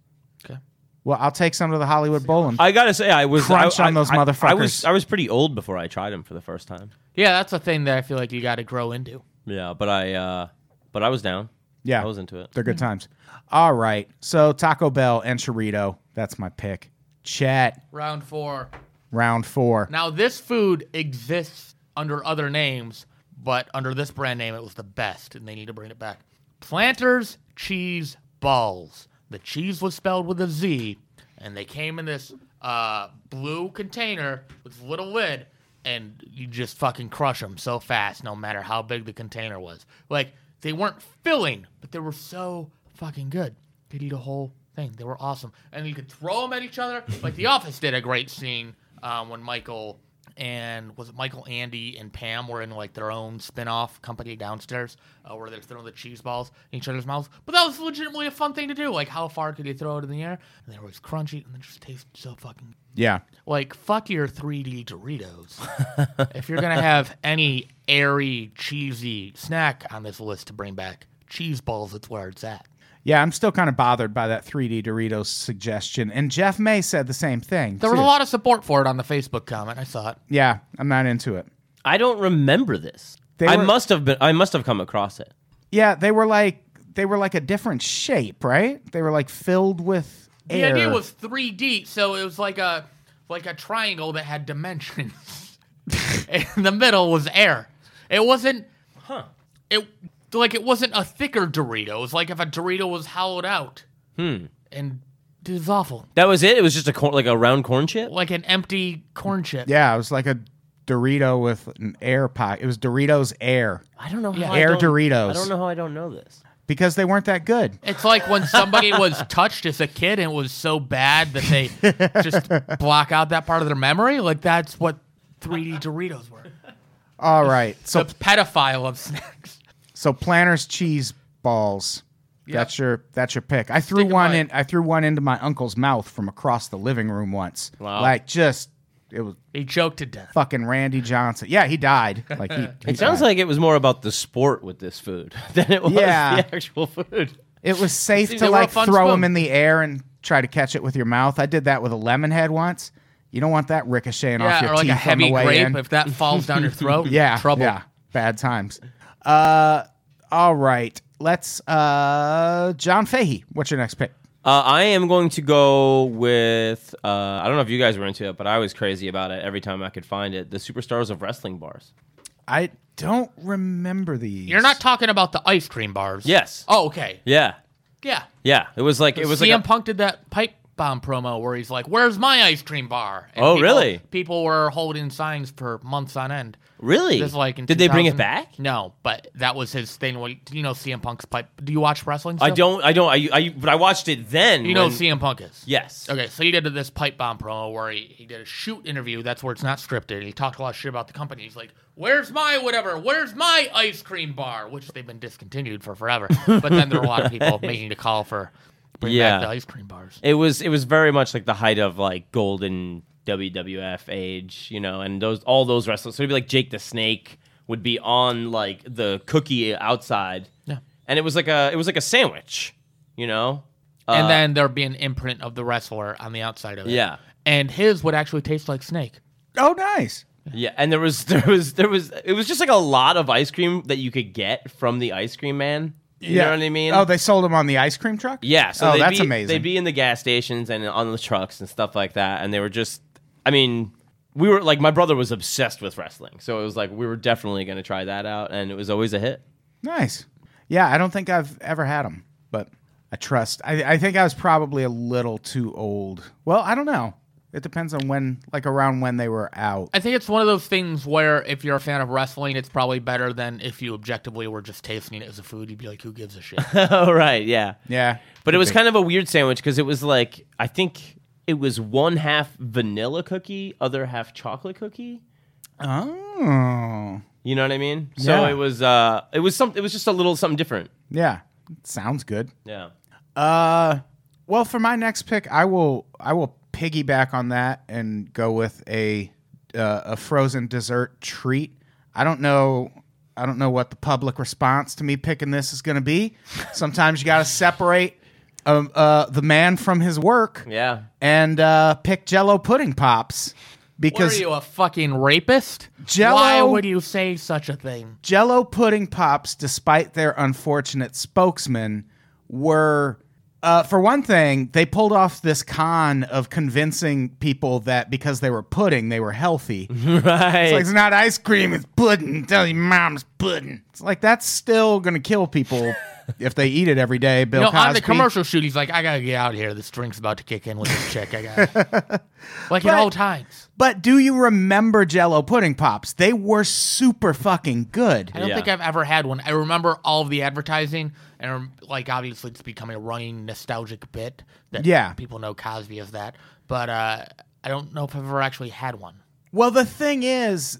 [SPEAKER 4] Okay.
[SPEAKER 2] Well, I'll take some to the Hollywood Bowl and
[SPEAKER 3] I gotta say, I was
[SPEAKER 2] Crunch
[SPEAKER 3] I,
[SPEAKER 2] on those
[SPEAKER 3] I- I- I was
[SPEAKER 2] motherfuckers.
[SPEAKER 3] I was pretty old before I tried them for the first time.
[SPEAKER 4] Yeah, that's a thing that I feel like you got to grow into.
[SPEAKER 3] Yeah, but I uh but I was down.
[SPEAKER 2] yeah,
[SPEAKER 3] I was into it.
[SPEAKER 2] They're good times. All right. So Taco Bell and Chorito. That's my pick. Chat
[SPEAKER 4] Round four.
[SPEAKER 2] round four.
[SPEAKER 4] Now, this food exists under other names, but under this brand name, it was the best, and they need to bring it back. Planters cheese balls. The cheese was spelled with a Z, and they came in this uh, blue container with little lid, and you just fucking crush them so fast, no matter how big the container was. Like they weren't filling, but they were so fucking good. Could eat a whole thing. They were awesome, and you could throw them at each other. Like The Office did a great scene um, when Michael and was it Michael, Andy, and Pam were in like their own spin-off company downstairs uh, where they're throwing the cheese balls in each other's mouths. But that was legitimately a fun thing to do. Like, how far could you throw it in the air? And they were always crunchy, and they just taste so fucking
[SPEAKER 2] Yeah.
[SPEAKER 4] like fuck your 3D Doritos. if you're gonna have any airy, cheesy snack on this list to bring back, cheese balls. It's where it's at.
[SPEAKER 2] Yeah, I'm still kind of bothered by that 3D Doritos suggestion. And Jeff May said the same thing.
[SPEAKER 4] There was
[SPEAKER 2] too.
[SPEAKER 4] a lot of support for it on the Facebook comment. I saw it.
[SPEAKER 2] Yeah, I'm not into it.
[SPEAKER 3] I don't remember this.
[SPEAKER 2] They
[SPEAKER 3] I
[SPEAKER 2] were-
[SPEAKER 3] must have been I must have come across it.
[SPEAKER 2] Yeah, they were like they were like a different shape, right? They were like filled with
[SPEAKER 4] The
[SPEAKER 2] air.
[SPEAKER 4] idea was 3D, so it was like a like a triangle that had dimensions. and the middle was air. It wasn't huh. It like it wasn't a thicker Dorito. It was like if a Dorito was hollowed out. Hmm. And it was awful.
[SPEAKER 3] That was it. It was just a corn, like a round corn chip.
[SPEAKER 4] Like an empty corn chip.
[SPEAKER 2] yeah, it was like a Dorito with an air pie. It was Doritos air
[SPEAKER 3] I don't know how
[SPEAKER 2] Air
[SPEAKER 3] I don't,
[SPEAKER 2] Doritos.
[SPEAKER 3] I don't know how I don't know this.
[SPEAKER 2] because they weren't that good.
[SPEAKER 4] It's like when somebody was touched as a kid and it was so bad that they just block out that part of their memory. Like that's what 3D Doritos were.
[SPEAKER 2] All right. So
[SPEAKER 4] The pedophile of snacks.
[SPEAKER 2] So planters cheese balls. That's your that's your pick. I threw
[SPEAKER 4] Stick 'em
[SPEAKER 2] one
[SPEAKER 4] right.
[SPEAKER 2] in. I threw one into my uncle's mouth from across the living room once.
[SPEAKER 3] Wow.
[SPEAKER 2] Like just it was
[SPEAKER 4] He choked to death.
[SPEAKER 2] fucking Randy Johnson. Yeah, he died. Like he. he
[SPEAKER 3] It sounds
[SPEAKER 2] died.
[SPEAKER 3] like it was more about the sport with this food than it was
[SPEAKER 2] Yeah.
[SPEAKER 3] the actual food.
[SPEAKER 2] it was safe
[SPEAKER 4] They
[SPEAKER 2] to
[SPEAKER 4] were
[SPEAKER 2] like
[SPEAKER 4] a fun
[SPEAKER 2] throw them
[SPEAKER 4] spoon.
[SPEAKER 2] in the air and try to catch it with your mouth. I did that with a lemon head once. You don't want that ricocheting off
[SPEAKER 4] Yeah,
[SPEAKER 2] your
[SPEAKER 4] or like
[SPEAKER 2] teeth
[SPEAKER 4] a heavy
[SPEAKER 2] on the way
[SPEAKER 4] grape.
[SPEAKER 2] in.
[SPEAKER 4] If that falls down your throat,
[SPEAKER 2] yeah,
[SPEAKER 4] trouble.
[SPEAKER 2] Yeah, bad times. Uh, all right. Let's uh, John Fahey. What's your next pick?
[SPEAKER 3] Uh, I am going to go with. Uh, I don't know if you guys were into it, but I was crazy about it every time I could find it. The superstars of wrestling bars.
[SPEAKER 2] I don't remember these.
[SPEAKER 4] You're not talking about the ice cream bars.
[SPEAKER 3] Yes.
[SPEAKER 4] Oh, okay.
[SPEAKER 3] Yeah.
[SPEAKER 4] Yeah.
[SPEAKER 3] Yeah. It was like it was
[SPEAKER 4] CM
[SPEAKER 3] like a-
[SPEAKER 4] Punk did that pipe bomb promo where he's like, "Where's my ice cream bar?" And
[SPEAKER 3] Oh,
[SPEAKER 4] people-
[SPEAKER 3] really?
[SPEAKER 4] People were holding signs for months on end.
[SPEAKER 3] really.
[SPEAKER 4] This is like in
[SPEAKER 3] Did they bring it
[SPEAKER 4] 2000
[SPEAKER 3] back?
[SPEAKER 4] No, but that was his thing. When, do you know CM Punk's pipe? Do you watch wrestling?
[SPEAKER 3] I
[SPEAKER 4] still?
[SPEAKER 3] don't. I don't. I. I. But I watched it then.
[SPEAKER 4] You know
[SPEAKER 3] when-
[SPEAKER 4] who CM Punk is.
[SPEAKER 3] Yes.
[SPEAKER 4] Okay, so he did this pipe bomb promo where he, he did a shoot interview. That's where it's not scripted. He talked a lot of shit about the company. He's like, "Where's my whatever? Where's my ice cream bar?" Which they've been discontinued for forever. but then there were a lot of people making the call for bring
[SPEAKER 3] Yeah.
[SPEAKER 4] back the ice cream bars.
[SPEAKER 3] It was. It was very much like the height of like golden WWF age. You know, and those all those wrestlers. So it'd be like Jake the Snake would be on like the cookie outside.
[SPEAKER 4] Yeah.
[SPEAKER 3] And it was like a. It was like a sandwich. You know.
[SPEAKER 2] Uh,
[SPEAKER 4] and then there'd be an imprint of the wrestler on the outside of it.
[SPEAKER 3] Yeah.
[SPEAKER 4] and his would actually taste like snake.
[SPEAKER 2] Oh, nice.
[SPEAKER 3] Yeah, and there was there was there was it was just like a lot of ice cream that you could get from the ice cream man. You know what I mean?
[SPEAKER 2] Oh, they sold them on the ice cream truck.
[SPEAKER 3] yeah. So
[SPEAKER 2] oh,
[SPEAKER 3] they'd
[SPEAKER 2] that's
[SPEAKER 3] be,
[SPEAKER 2] amazing.
[SPEAKER 3] They'd be in the gas stations and on the trucks and stuff like that, and they were just. I mean, we were like my brother was obsessed with wrestling, so it was like we were definitely going to try that out, and it was always a hit.
[SPEAKER 2] nice. Yeah, I don't think I've ever had them, but I trust. I, I think I was probably a little too old. Well, I don't know. It depends on when, like around when they were out.
[SPEAKER 4] I think it's one of those things where if you're a fan of wrestling, it's probably better than if you objectively were just tasting it as a food. You'd be like, "Who gives a shit?"
[SPEAKER 3] oh right, yeah.
[SPEAKER 2] yeah,
[SPEAKER 3] But it was kind of a weird sandwich because it was like I think it was one half vanilla cookie, other half chocolate cookie.
[SPEAKER 2] Oh,
[SPEAKER 3] You know what I mean? So
[SPEAKER 2] Yeah.
[SPEAKER 3] it was uh it was some it was just a little something different.
[SPEAKER 2] yeah. Sounds good.
[SPEAKER 3] Yeah.
[SPEAKER 2] Uh, well, for my next pick, I will I will piggyback on that and go with a uh, a frozen dessert treat. I don't know. I don't know what the public response to me picking this is going to be. Sometimes you got to separate um, uh, the man from his work.
[SPEAKER 3] Yeah.
[SPEAKER 2] And uh, pick Jello pudding pops
[SPEAKER 4] What are
[SPEAKER 2] because
[SPEAKER 4] you, a fucking rapist?
[SPEAKER 2] Jell-O-
[SPEAKER 4] Why would you say such a thing?
[SPEAKER 2] Jello pudding pops, despite their unfortunate spokesman, were uh, for one thing they pulled off this con of convincing people that because they were pudding they were healthy.
[SPEAKER 4] Mhm.
[SPEAKER 3] Right.
[SPEAKER 2] It's like it's not ice cream, it's pudding. Tell your mom's pudding. It's like that's still gonna kill people if they eat it every day. Bill
[SPEAKER 4] No,
[SPEAKER 2] Cosby.
[SPEAKER 4] on the commercial shoot, he's like, I gotta get out of here. This drink's about to kick in with this chick. I gotta. like at all times.
[SPEAKER 2] But do you remember Jello pudding pops? They were super fucking good.
[SPEAKER 4] I don't
[SPEAKER 3] Yeah.
[SPEAKER 4] think I've ever had one. I remember all of the advertising, and um, like obviously it's becoming a running nostalgic bit that
[SPEAKER 2] Yeah.
[SPEAKER 4] people know Cosby as that. But uh, I don't know if I've ever actually had one.
[SPEAKER 2] Well, the thing is,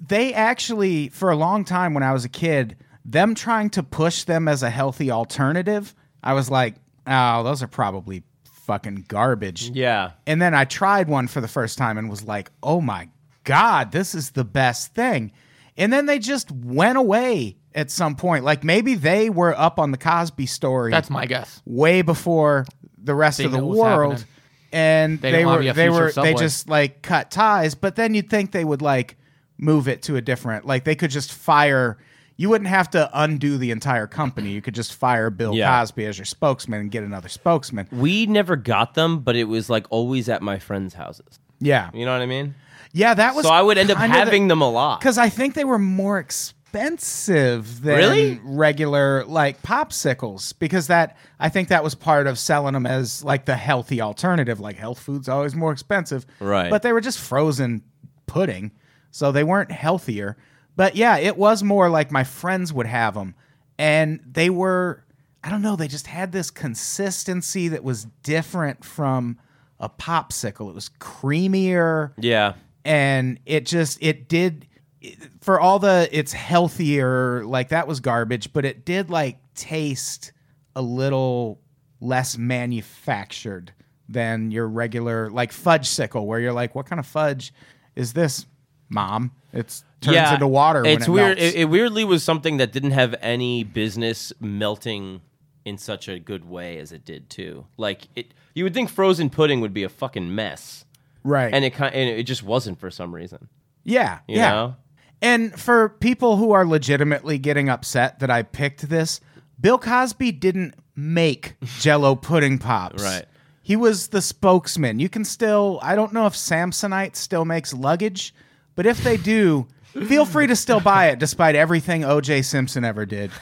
[SPEAKER 2] they actually, for a long time when I was a kid, them trying to push them as a healthy alternative, I was like, oh, those are probably fucking garbage.
[SPEAKER 3] yeah.
[SPEAKER 2] And then I tried one for the first time and was like, oh my God, this is the best thing. And then they just went away at some point. Like maybe they were up on the Cosby story
[SPEAKER 4] That's my guess.
[SPEAKER 2] way before the rest
[SPEAKER 4] They
[SPEAKER 2] of the
[SPEAKER 4] knew what was
[SPEAKER 2] world
[SPEAKER 4] happening.
[SPEAKER 2] and
[SPEAKER 4] They
[SPEAKER 2] they
[SPEAKER 4] didn't wanna be
[SPEAKER 2] were
[SPEAKER 4] a
[SPEAKER 2] they
[SPEAKER 4] future
[SPEAKER 2] were they
[SPEAKER 4] Subway.
[SPEAKER 2] just like cut ties but then you'd think they would like move it to a different like they could just fire you wouldn't have to undo the entire company you could just fire bill
[SPEAKER 3] Yeah.
[SPEAKER 2] cosby as your spokesman and get another spokesman
[SPEAKER 3] We never got them, but it was like always at my friends' houses.
[SPEAKER 2] yeah
[SPEAKER 3] You know what I mean?
[SPEAKER 2] yeah that was
[SPEAKER 3] So I would end up having them a lot.
[SPEAKER 2] because i think they were more expensive than
[SPEAKER 3] Really?
[SPEAKER 2] regular like popsicles because that i think that was part of selling them as like the healthy alternative like health food's always more expensive
[SPEAKER 3] Right.
[SPEAKER 2] but they were just frozen pudding so they weren't healthier but yeah it was more like my friends would have them and they were i don't know they just had this consistency that was different from a popsicle it was creamier
[SPEAKER 3] Yeah.
[SPEAKER 2] and it just it did it- for all the it's healthier like that was garbage but it did like taste a little less manufactured than your regular like fudge sickle where you're like what kind of fudge is this mom it's turns
[SPEAKER 3] yeah.
[SPEAKER 2] into water when
[SPEAKER 3] It's
[SPEAKER 2] it
[SPEAKER 3] weird.
[SPEAKER 2] melts.
[SPEAKER 3] It, it weirdly was something that didn't have any business melting in such a good way as it did too. Like it, you would think frozen pudding would be a fucking mess,
[SPEAKER 2] right
[SPEAKER 3] and it kind and it just wasn't for some reason.
[SPEAKER 2] yeah
[SPEAKER 3] You
[SPEAKER 2] yeah
[SPEAKER 3] know?
[SPEAKER 2] And for people who are legitimately getting upset that I picked this, Bill Cosby didn't make Jello pudding pops.
[SPEAKER 3] Right.
[SPEAKER 2] He was the spokesman. You can still I don't know if Samsonite still makes luggage, but if they do, feel free to still buy it despite everything OJ Simpson ever did.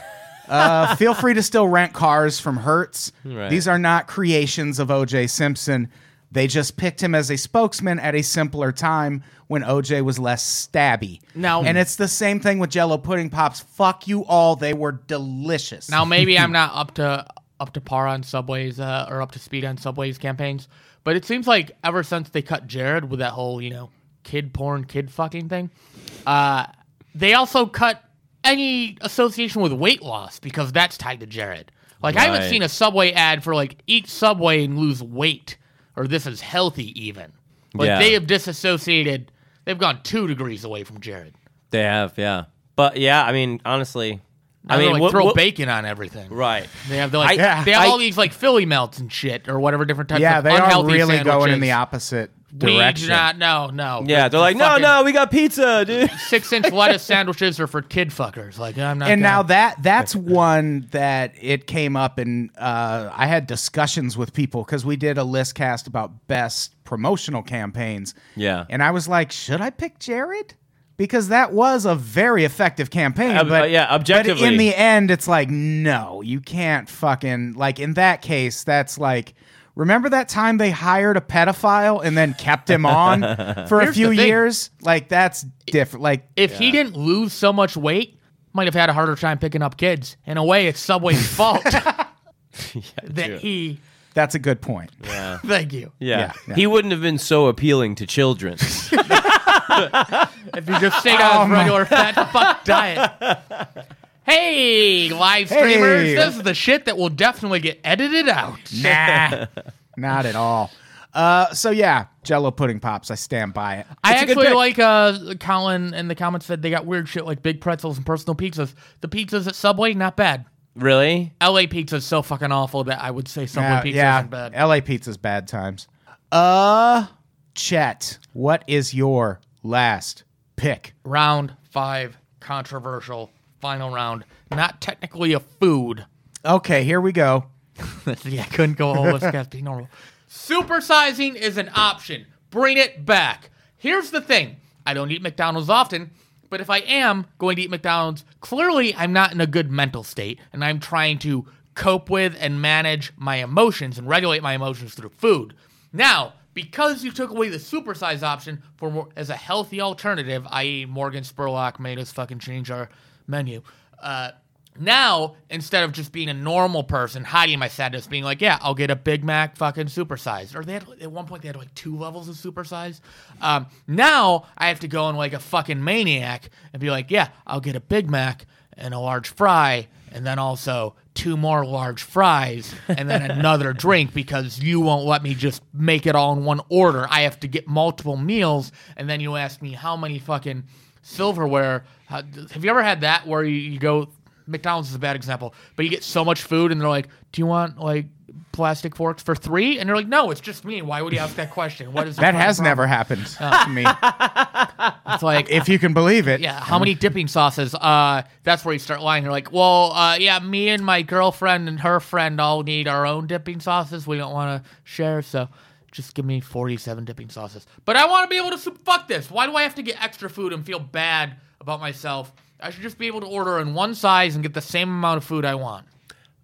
[SPEAKER 2] Uh, feel free to still rent cars from Hertz.
[SPEAKER 3] Right.
[SPEAKER 2] These are not creations of OJ Simpson. They just picked him as a spokesman at a simpler time when OJ was less stabby.
[SPEAKER 4] Now-
[SPEAKER 2] and it's the same thing with Jello pudding pops. Fuck you all. They were delicious.
[SPEAKER 4] Now maybe I'm not up to up to par on Subway's uh, or up to speed on Subway's campaigns, but it seems like ever since they cut Jared with that whole you know kid porn, kid fucking thing, uh, they also cut any association with weight loss because that's tied to Jared. Like I haven't
[SPEAKER 3] Right.
[SPEAKER 4] seen a Subway ad for like eat Subway and lose weight or this is healthy even. Like
[SPEAKER 3] Yeah.
[SPEAKER 4] they have disassociated. They've gone two degrees away from Jared.
[SPEAKER 3] They have, yeah. But yeah, I mean, honestly,
[SPEAKER 4] I
[SPEAKER 3] I mean,
[SPEAKER 4] like
[SPEAKER 3] what-
[SPEAKER 4] throw
[SPEAKER 3] what-
[SPEAKER 4] bacon on everything.
[SPEAKER 3] Right.
[SPEAKER 4] They have the, like
[SPEAKER 3] I- Yeah.
[SPEAKER 4] they have
[SPEAKER 3] I-
[SPEAKER 4] all these like Philly melts and shit or whatever different types.
[SPEAKER 2] yeah,
[SPEAKER 4] of
[SPEAKER 2] they are
[SPEAKER 4] unhealthy
[SPEAKER 2] really going in the
[SPEAKER 4] sandwiches.
[SPEAKER 2] opposite
[SPEAKER 4] We
[SPEAKER 2] direction.
[SPEAKER 4] do not. No, no.
[SPEAKER 3] Yeah, they're
[SPEAKER 4] The
[SPEAKER 3] like, no,
[SPEAKER 4] fucking
[SPEAKER 3] no, we got pizza, dude.
[SPEAKER 4] Six inch lettuce sandwiches are for kid fuckers. Like I'm not.
[SPEAKER 2] and
[SPEAKER 4] gonna-
[SPEAKER 2] now that that's one that it came up and uh, i had discussions with people because we did a list cast about best promotional campaigns
[SPEAKER 3] Yeah.
[SPEAKER 2] and i was like should i pick jared because that was a very effective campaign
[SPEAKER 3] Ob-
[SPEAKER 2] but
[SPEAKER 3] uh, yeah,
[SPEAKER 2] but in
[SPEAKER 3] objectively.
[SPEAKER 2] the end it's like no you can't fucking like in that case that's like Remember that time they hired a pedophile and then kept him on for a
[SPEAKER 4] Here's
[SPEAKER 2] few
[SPEAKER 4] the thing.
[SPEAKER 2] years? Like that's different. Like
[SPEAKER 4] if he didn't lose so much weight, might have had a harder time picking up kids. In a way, it's Subway's fault that he.
[SPEAKER 2] that's a good point.
[SPEAKER 4] Thank you.
[SPEAKER 3] Yeah.
[SPEAKER 2] Yeah, yeah.
[SPEAKER 3] He wouldn't have been so appealing to children.
[SPEAKER 4] If you just stayed
[SPEAKER 2] Oh,
[SPEAKER 4] on a regular fat fuck diet. Hey, live streamers,
[SPEAKER 2] Hey.
[SPEAKER 4] this is the shit that will definitely get edited out.
[SPEAKER 2] Nah, not at all. Uh, so yeah, Jello pudding pops. I stand by it.
[SPEAKER 4] I
[SPEAKER 2] It's a good
[SPEAKER 4] actually
[SPEAKER 2] pick.
[SPEAKER 4] like uh, Colin in the comments said they got weird shit like big pretzels and personal pizzas. The pizzas at Subway, not bad.
[SPEAKER 3] Really?
[SPEAKER 4] LA pizza is so fucking awful that I would say Subway
[SPEAKER 2] Yeah,
[SPEAKER 4] pizza
[SPEAKER 2] yeah,
[SPEAKER 4] isn't bad.
[SPEAKER 2] LA pizza's bad times. Uh, Chet, what is your last pick?
[SPEAKER 4] round five, controversial final round. Not technically a food.
[SPEAKER 2] Okay, here we go.
[SPEAKER 4] yeah, I couldn't go all this gas be normal. Supersizing is an option. Bring it back. Here's the thing. I don't eat McDonald's often, but if I am going to eat McDonald's, clearly I'm not in a good mental state and I'm trying to cope with and manage my emotions and regulate my emotions through food. Now, because you took away the supersize option for more, as a healthy alternative, i.e., Morgan Spurlock made us fucking change our menu. Uh, now, instead of just being a normal person hiding my sadness, being like, "Yeah, I'll get a Big Mac, fucking supersized," or they had at one point they had like two levels of supersize. Um, now I have to go in like a fucking maniac and be like, "Yeah, I'll get a Big Mac and a large fry, and then also two more large fries, and then another drink because you won't let me just make it all in one order. I have to get multiple meals, and then you ask me how many fucking silverware. How, have you ever had that where you, you go McDonald's is a bad example, but you get so much food and they're like, "Do you want like plastic forks for three? And you're like, "No, it's just me. Why would you ask that question? What is the
[SPEAKER 2] That
[SPEAKER 4] fucking
[SPEAKER 2] has
[SPEAKER 4] problem?"
[SPEAKER 2] never happened to me,
[SPEAKER 4] It's like,
[SPEAKER 2] if you can believe it.
[SPEAKER 4] yeah, how many dipping sauces? Uh, that's where you start lying. You're like, "Well, uh, yeah, me and my girlfriend and her friend all need our own dipping sauces. We don't want to share, so." Just give me 47 dipping sauces. But I want to be able to su- fuck this. Why do I have to get extra food and feel bad about myself? I should just be able to order in one size and get the same amount of food I want.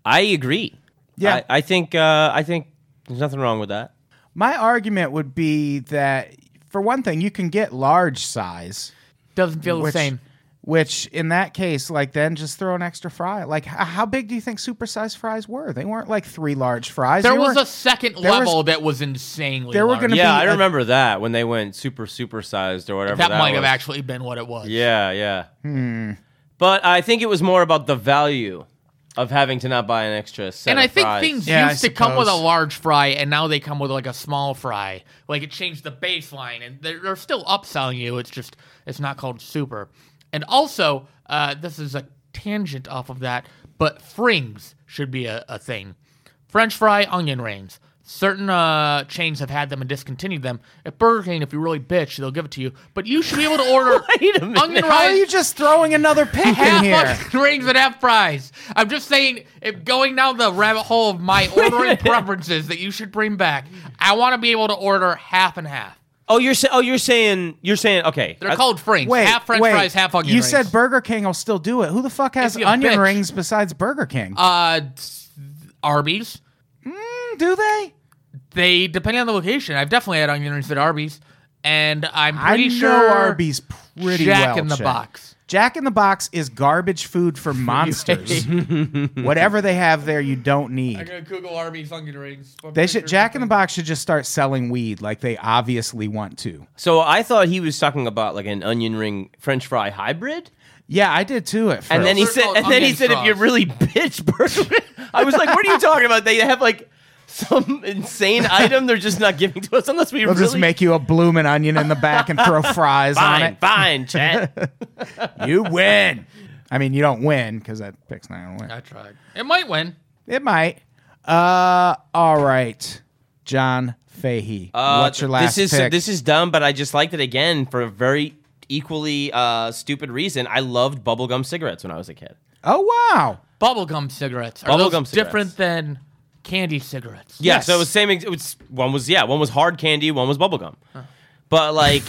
[SPEAKER 3] I agree.
[SPEAKER 2] Yeah.
[SPEAKER 3] I, I think uh, I think there's nothing wrong with that.
[SPEAKER 2] My argument would be that, for one thing, you can get large size.
[SPEAKER 4] Doesn't feel the same.
[SPEAKER 2] Which, in that case, like then just throw an extra fry. Like, h- how big do you think supersized fries were? They weren't like three large fries.
[SPEAKER 4] There
[SPEAKER 2] They
[SPEAKER 4] was
[SPEAKER 2] were-
[SPEAKER 4] a second
[SPEAKER 2] there was-
[SPEAKER 4] level that was insanely.
[SPEAKER 2] There were
[SPEAKER 4] large.
[SPEAKER 2] gonna
[SPEAKER 3] Yeah,
[SPEAKER 2] be
[SPEAKER 3] I
[SPEAKER 2] a-
[SPEAKER 3] remember that when they went super super sized or whatever.
[SPEAKER 4] that, might have
[SPEAKER 3] was.
[SPEAKER 4] actually been what it was.
[SPEAKER 3] Yeah, yeah. Hmm. But I think it was more about the value of having to not buy an extra set.
[SPEAKER 4] And I
[SPEAKER 3] of
[SPEAKER 4] think
[SPEAKER 3] fries.
[SPEAKER 4] things
[SPEAKER 2] Yeah, I
[SPEAKER 4] used to come with a
[SPEAKER 2] suppose.
[SPEAKER 4] large fry, and now they come with like a small fry. Like it changed the baseline, and they're, they're still upselling you. It's just it's not called super. And also, uh, this is a tangent off of that, but frings should be a, a thing. French fry, onion rings. Certain uh, chains have had them and discontinued them. At Burger King, if you're really bitch, they'll give it to you. But you should be able to order
[SPEAKER 3] Wait a minute.
[SPEAKER 4] onion
[SPEAKER 2] How are
[SPEAKER 4] rings
[SPEAKER 2] you just throwing another pick in
[SPEAKER 4] half
[SPEAKER 2] here?
[SPEAKER 4] fucking rings and half fries. I'm just saying, if going down the rabbit hole of my ordering preferences that you should bring back, I want to be able to order half and half.
[SPEAKER 3] Oh, you're sa- oh you're saying you're saying okay.
[SPEAKER 4] They're
[SPEAKER 3] I-
[SPEAKER 4] called frings.
[SPEAKER 2] Wait,
[SPEAKER 4] half French
[SPEAKER 2] wait.
[SPEAKER 4] fries, half onion
[SPEAKER 2] You
[SPEAKER 4] rings.
[SPEAKER 2] said Burger King will still do it. Who the fuck has
[SPEAKER 4] If you
[SPEAKER 2] onion
[SPEAKER 4] bitch.
[SPEAKER 2] rings besides Burger King?
[SPEAKER 4] uh, s- Arby's.
[SPEAKER 2] do they?
[SPEAKER 4] They depending on the location. I've definitely had onion rings at Arby's, and I'm
[SPEAKER 2] I
[SPEAKER 4] pretty
[SPEAKER 2] know
[SPEAKER 4] sure
[SPEAKER 2] Arby's pretty
[SPEAKER 4] Jack
[SPEAKER 2] well
[SPEAKER 4] in the
[SPEAKER 2] checked.
[SPEAKER 4] Box.
[SPEAKER 2] Jack in the Box is garbage food for monsters. Whatever they have there, you don't
[SPEAKER 4] I'm
[SPEAKER 2] need.
[SPEAKER 4] gonna Google Arby's onion rings.
[SPEAKER 2] They should. Jack in the Box should just start selling weed, like they obviously want to.
[SPEAKER 3] So I thought he was talking about like an onion ring French fry hybrid,
[SPEAKER 2] Yeah, I did too at first.
[SPEAKER 3] and then he
[SPEAKER 4] Those are
[SPEAKER 3] said,
[SPEAKER 4] called
[SPEAKER 3] and then he
[SPEAKER 4] onion
[SPEAKER 3] said, if
[SPEAKER 4] straws.
[SPEAKER 3] you're really bitch burger, I was like, what are you talking about? They have like some insane item they're just not giving to us unless we
[SPEAKER 2] they'll
[SPEAKER 3] really
[SPEAKER 2] just make you a bloomin' onion in the back and throw fries on
[SPEAKER 3] fine,
[SPEAKER 2] it.
[SPEAKER 3] fine, chat.
[SPEAKER 2] You win. I mean, you don't win because that pick's not gonna win.
[SPEAKER 4] I tried. It might win.
[SPEAKER 2] It might. Uh, all right, John Fahey.
[SPEAKER 3] Uh,
[SPEAKER 2] What's your last
[SPEAKER 3] This is
[SPEAKER 2] pick?
[SPEAKER 3] this is dumb, but I just liked it again for a very equally uh, stupid reason. I loved bubblegum cigarettes when I was a kid.
[SPEAKER 2] oh wow.
[SPEAKER 4] Bubblegum cigarettes. Are
[SPEAKER 3] Bubblegum
[SPEAKER 4] those
[SPEAKER 3] cigarettes.
[SPEAKER 4] different than candy cigarettes?
[SPEAKER 3] Yeah,
[SPEAKER 2] Yes.
[SPEAKER 3] so it was same. ex- It was one was yeah, one was hard candy, one was bubblegum. But like,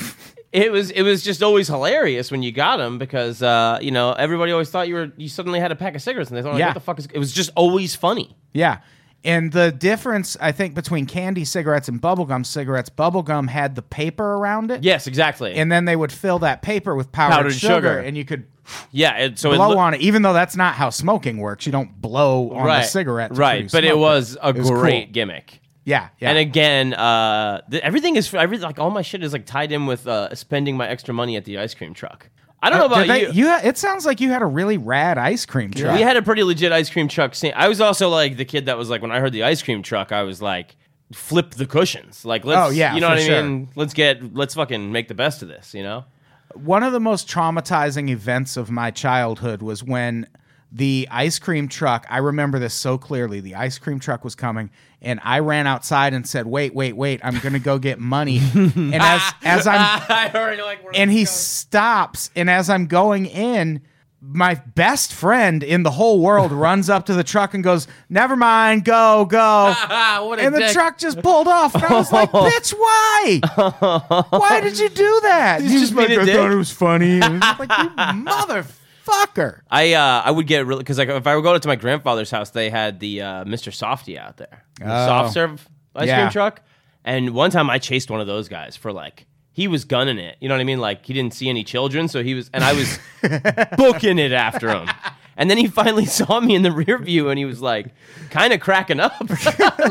[SPEAKER 3] it was it was just always hilarious when you got them because uh, you know everybody always thought you were you suddenly had a pack of cigarettes and they thought like,
[SPEAKER 2] Yeah.
[SPEAKER 3] what the fuck is it was just always funny.
[SPEAKER 2] Yeah. And the difference, I think, between candy cigarettes and bubblegum cigarettes, bubblegum had the paper around it.
[SPEAKER 3] Yes, exactly.
[SPEAKER 2] And then they would fill that paper with powdered,
[SPEAKER 3] Powdered
[SPEAKER 2] sugar,
[SPEAKER 3] sugar.
[SPEAKER 2] and you could
[SPEAKER 3] yeah, it, so
[SPEAKER 2] blow
[SPEAKER 3] it, lo-
[SPEAKER 2] on it, even though that's not how smoking works. You don't blow on
[SPEAKER 3] right,
[SPEAKER 2] the cigarette. to
[SPEAKER 3] right?
[SPEAKER 2] produce
[SPEAKER 3] But it
[SPEAKER 2] smoke.
[SPEAKER 3] was a
[SPEAKER 2] It was
[SPEAKER 3] great
[SPEAKER 2] cool.
[SPEAKER 3] gimmick.
[SPEAKER 2] Yeah. Yeah.
[SPEAKER 3] And again, uh, th- everything is every like all my shit is like tied in with uh, spending my extra money at the ice cream truck. I don't
[SPEAKER 2] Uh,
[SPEAKER 3] know about
[SPEAKER 2] did they-
[SPEAKER 3] you.
[SPEAKER 2] ha- It sounds like you had a really rad ice cream truck.
[SPEAKER 3] We had a pretty legit ice cream truck scene. I was also like the kid that was like, when I heard the ice cream truck, I was like, flip the cushions. Like let's
[SPEAKER 2] Oh, yeah,
[SPEAKER 3] you know
[SPEAKER 2] for
[SPEAKER 3] what I
[SPEAKER 2] sure.
[SPEAKER 3] mean? Let's get let's fucking make the best of this, you know?
[SPEAKER 2] One of the most traumatizing events of my childhood was when the ice cream truck, I remember this so clearly. The ice cream truck was coming, and I ran outside and said, Wait, wait, wait, I'm going to go get money. and as, as I'm
[SPEAKER 3] I already know, like where
[SPEAKER 2] and he stops and as i'm going in my best friend in the whole world runs up to the truck and goes never mind go go
[SPEAKER 4] Ah, what a
[SPEAKER 2] and the
[SPEAKER 4] dick.
[SPEAKER 2] truck just pulled off and i was like bitch why why did you do that And he
[SPEAKER 3] just
[SPEAKER 2] was
[SPEAKER 3] being a
[SPEAKER 2] like, i thought
[SPEAKER 3] dick."
[SPEAKER 2] it was funny And I was like you motherfucker
[SPEAKER 3] I uh, I would get really because like if I would go to my grandfather's house, they had the uh, Mr. Softy out there, the soft serve ice
[SPEAKER 2] Yeah.
[SPEAKER 3] cream truck. And one time I chased one of those guys for like he was gunning it. You know what I mean? Like he didn't see any children, so he was and I was booking it after him. And then he finally saw me in the rear view and he was like kind of cracking up.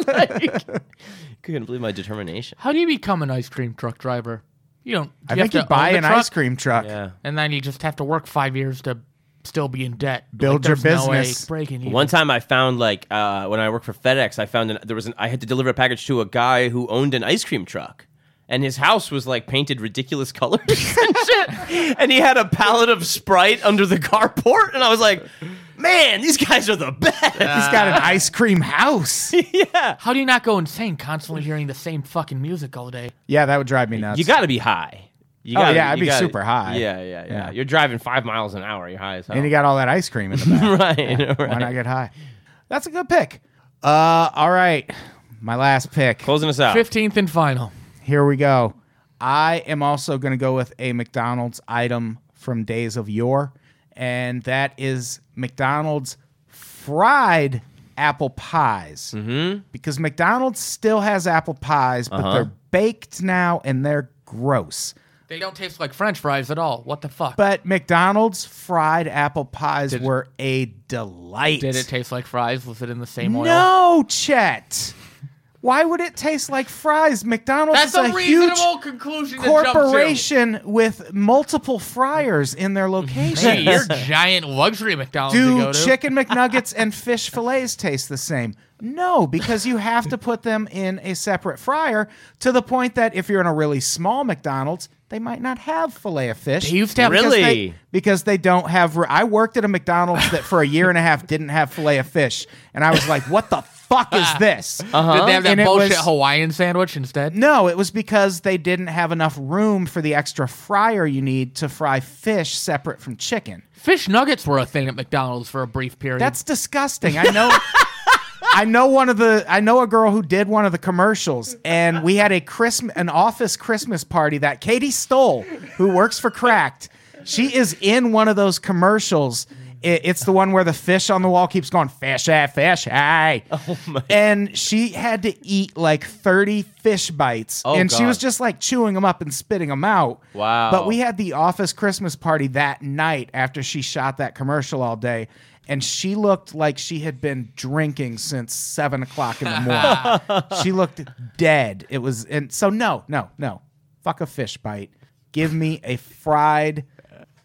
[SPEAKER 3] like, couldn't believe my determination.
[SPEAKER 4] How do you become an ice cream truck driver? You don't.
[SPEAKER 2] i
[SPEAKER 4] you have
[SPEAKER 2] think you
[SPEAKER 4] to
[SPEAKER 2] buy
[SPEAKER 4] own the
[SPEAKER 2] an ice
[SPEAKER 4] truck,
[SPEAKER 2] cream truck
[SPEAKER 3] Yeah.
[SPEAKER 4] and then you just have to work five years to still be in debt.
[SPEAKER 2] Build your
[SPEAKER 4] there's no way
[SPEAKER 2] business.
[SPEAKER 4] breaking even.
[SPEAKER 3] One time I found like uh, when I worked for FedEx, I found an, there was an I had to deliver a package to a guy who owned an ice cream truck. And his house was like painted ridiculous colors and shit. And he had a pallet of Sprite under the carport. And I was like, man, these guys are the best.
[SPEAKER 2] he's got an ice cream house
[SPEAKER 4] How do you not go insane constantly hearing the same fucking music all day?
[SPEAKER 2] yeah that would drive me nuts
[SPEAKER 3] you got to be high. You
[SPEAKER 2] Oh,
[SPEAKER 3] gotta,
[SPEAKER 2] yeah, I'd
[SPEAKER 3] you
[SPEAKER 2] be
[SPEAKER 3] gotta-
[SPEAKER 2] super high.
[SPEAKER 3] Yeah, yeah, yeah,
[SPEAKER 2] Yeah.
[SPEAKER 3] You're driving five miles an hour. You're high as hell.
[SPEAKER 2] and you got all that ice cream in the back
[SPEAKER 3] right,
[SPEAKER 2] Why
[SPEAKER 3] right.
[SPEAKER 2] not get high? That's a good pick. Uh, all right. My last pick.
[SPEAKER 3] Closing us out.
[SPEAKER 4] Fifteenth and final.
[SPEAKER 2] Here we go. I am also going to go with a McDonald's item from days of yore, and that is McDonald's fried apple pies. Mm-hmm. Because McDonald's still has apple pies, but they're baked now and they're gross.
[SPEAKER 4] They don't taste like French fries at all. What the fuck?
[SPEAKER 2] But McDonald's fried apple pies were a delight.
[SPEAKER 4] Did it taste like fries? Was it in the same oil?
[SPEAKER 2] No, Chet. Why would it taste like fries? McDonald's
[SPEAKER 4] That's
[SPEAKER 2] is
[SPEAKER 4] a,
[SPEAKER 2] a huge
[SPEAKER 4] reasonable conclusion.
[SPEAKER 2] corporation with multiple fryers in their
[SPEAKER 4] To jump to. Hey, your
[SPEAKER 2] locations.
[SPEAKER 4] giant luxury McDonald's you
[SPEAKER 2] Do
[SPEAKER 4] go to.
[SPEAKER 2] chicken McNuggets and fish fillets taste the same? No, because you have to put them in a separate fryer to the point that if you're in a really small McDonald's, they might not have filet of fish.
[SPEAKER 4] They used to have-
[SPEAKER 2] because they-
[SPEAKER 3] Really?
[SPEAKER 2] because they don't have. I worked at a McDonald's that for a year and a half didn't have filet of fish, and I was like, "What the fuck is this?"
[SPEAKER 4] Uh-huh. Did they have that
[SPEAKER 2] And it
[SPEAKER 4] bullshit
[SPEAKER 2] was-
[SPEAKER 4] Hawaiian sandwich instead?
[SPEAKER 2] No, it was because they didn't have enough room for the extra fryer you need to fry fish separate from chicken.
[SPEAKER 4] Fish nuggets were a thing at McDonald's for a brief period.
[SPEAKER 2] That's disgusting. I know I know one of the I know a girl who did one of the commercials and we had a Christmas an office Christmas party that Katie Stoll, who works for Cracked, she is in one of those commercials. I- It's the one where the fish on the wall keeps going, fish, ah, fish, hey.
[SPEAKER 3] Oh
[SPEAKER 2] And she had to eat like 30 fish bites.
[SPEAKER 3] Oh,
[SPEAKER 2] and she
[SPEAKER 3] God.
[SPEAKER 2] was just like chewing them up and spitting them out.
[SPEAKER 3] Wow.
[SPEAKER 2] But we had the office Christmas party that night after she shot that commercial all day, and she looked like she had been drinking since seven o'clock in the morning. she looked dead. It was, and so no, no, no, fuck a fish bite. Give me a fried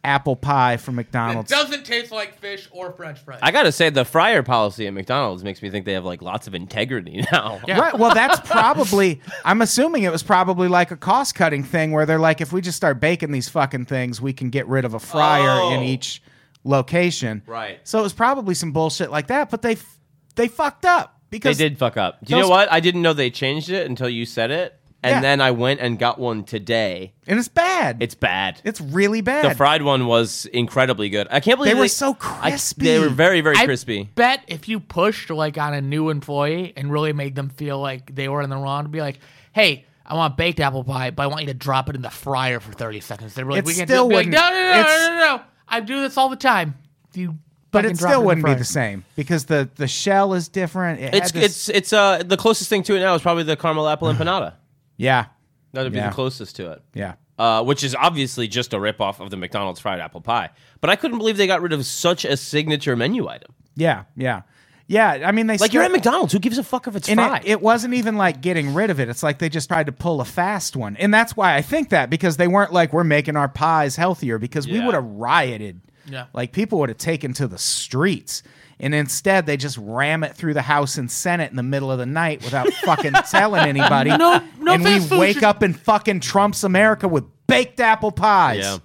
[SPEAKER 2] apple pie from McDonald's.
[SPEAKER 4] doesn't taste like fish or French fries.
[SPEAKER 3] I got to say, the fryer policy at McDonald's makes me think they have like lots of integrity now.
[SPEAKER 4] Yeah.
[SPEAKER 2] Right. Well, that's probably. I'm assuming it was probably like a cost cutting thing where they're like, if we just start baking these fucking things, we can get rid of a fryer in
[SPEAKER 3] Oh.
[SPEAKER 2] each location.
[SPEAKER 3] Right.
[SPEAKER 2] So it was probably some bullshit like that, but they f- they fucked up
[SPEAKER 3] They
[SPEAKER 2] because
[SPEAKER 3] did fuck up. Do you
[SPEAKER 2] those-
[SPEAKER 3] know what? I didn't know they changed it until you said it, and
[SPEAKER 2] Yeah.
[SPEAKER 3] then I went and got one today.
[SPEAKER 2] and it's bad.
[SPEAKER 3] It's bad.
[SPEAKER 2] it's really bad.
[SPEAKER 3] the fried one was incredibly good. I can't believe
[SPEAKER 2] They were so
[SPEAKER 3] I-
[SPEAKER 2] crispy.
[SPEAKER 3] they were very very
[SPEAKER 4] I
[SPEAKER 3] crispy.
[SPEAKER 4] bet if you pushed like on a new employee and really made them feel like they were in the wrong, be like, "Hey, I want baked apple pie, but I want you to drop it in the fryer for thirty seconds." They're like,
[SPEAKER 2] It
[SPEAKER 4] "We can
[SPEAKER 2] still
[SPEAKER 4] just be like, no,
[SPEAKER 2] wouldn't-
[SPEAKER 4] no, no, no,
[SPEAKER 2] it's-
[SPEAKER 4] no, no, no. I do this all the time. You,
[SPEAKER 2] but
[SPEAKER 4] fucking
[SPEAKER 2] it
[SPEAKER 4] drop in
[SPEAKER 2] still wouldn't be
[SPEAKER 4] fryer."
[SPEAKER 2] the same because the the shell is different. It
[SPEAKER 3] It's
[SPEAKER 2] had this-
[SPEAKER 3] it's it's uh the closest thing to it now is probably the caramel apple empanada.
[SPEAKER 2] yeah
[SPEAKER 3] That would be
[SPEAKER 2] Yeah.
[SPEAKER 3] the closest to it.
[SPEAKER 2] yeah.
[SPEAKER 3] Uh, which is obviously just a ripoff of the McDonald's fried apple pie. But I couldn't believe they got rid of such a signature menu item.
[SPEAKER 2] Yeah, yeah, yeah. I mean, they
[SPEAKER 3] Like you're at
[SPEAKER 2] still-
[SPEAKER 3] McDonald's, who gives a fuck if it's
[SPEAKER 2] And
[SPEAKER 3] fried?
[SPEAKER 2] it, it wasn't even like getting rid of it. It's like they just tried to pull a fast one. And that's why I think that because they weren't like, we're making our pies healthier because we
[SPEAKER 3] Yeah.
[SPEAKER 2] would have rioted.
[SPEAKER 4] Yeah.
[SPEAKER 2] Like people would have taken to the streets. And instead, they just ram it through the House and Senate in the middle of the night without fucking telling anybody.
[SPEAKER 4] No- no
[SPEAKER 2] and we
[SPEAKER 4] fast food
[SPEAKER 2] wake
[SPEAKER 4] should-
[SPEAKER 2] up in fucking Trump's America with baked apple pies.
[SPEAKER 3] Yeah.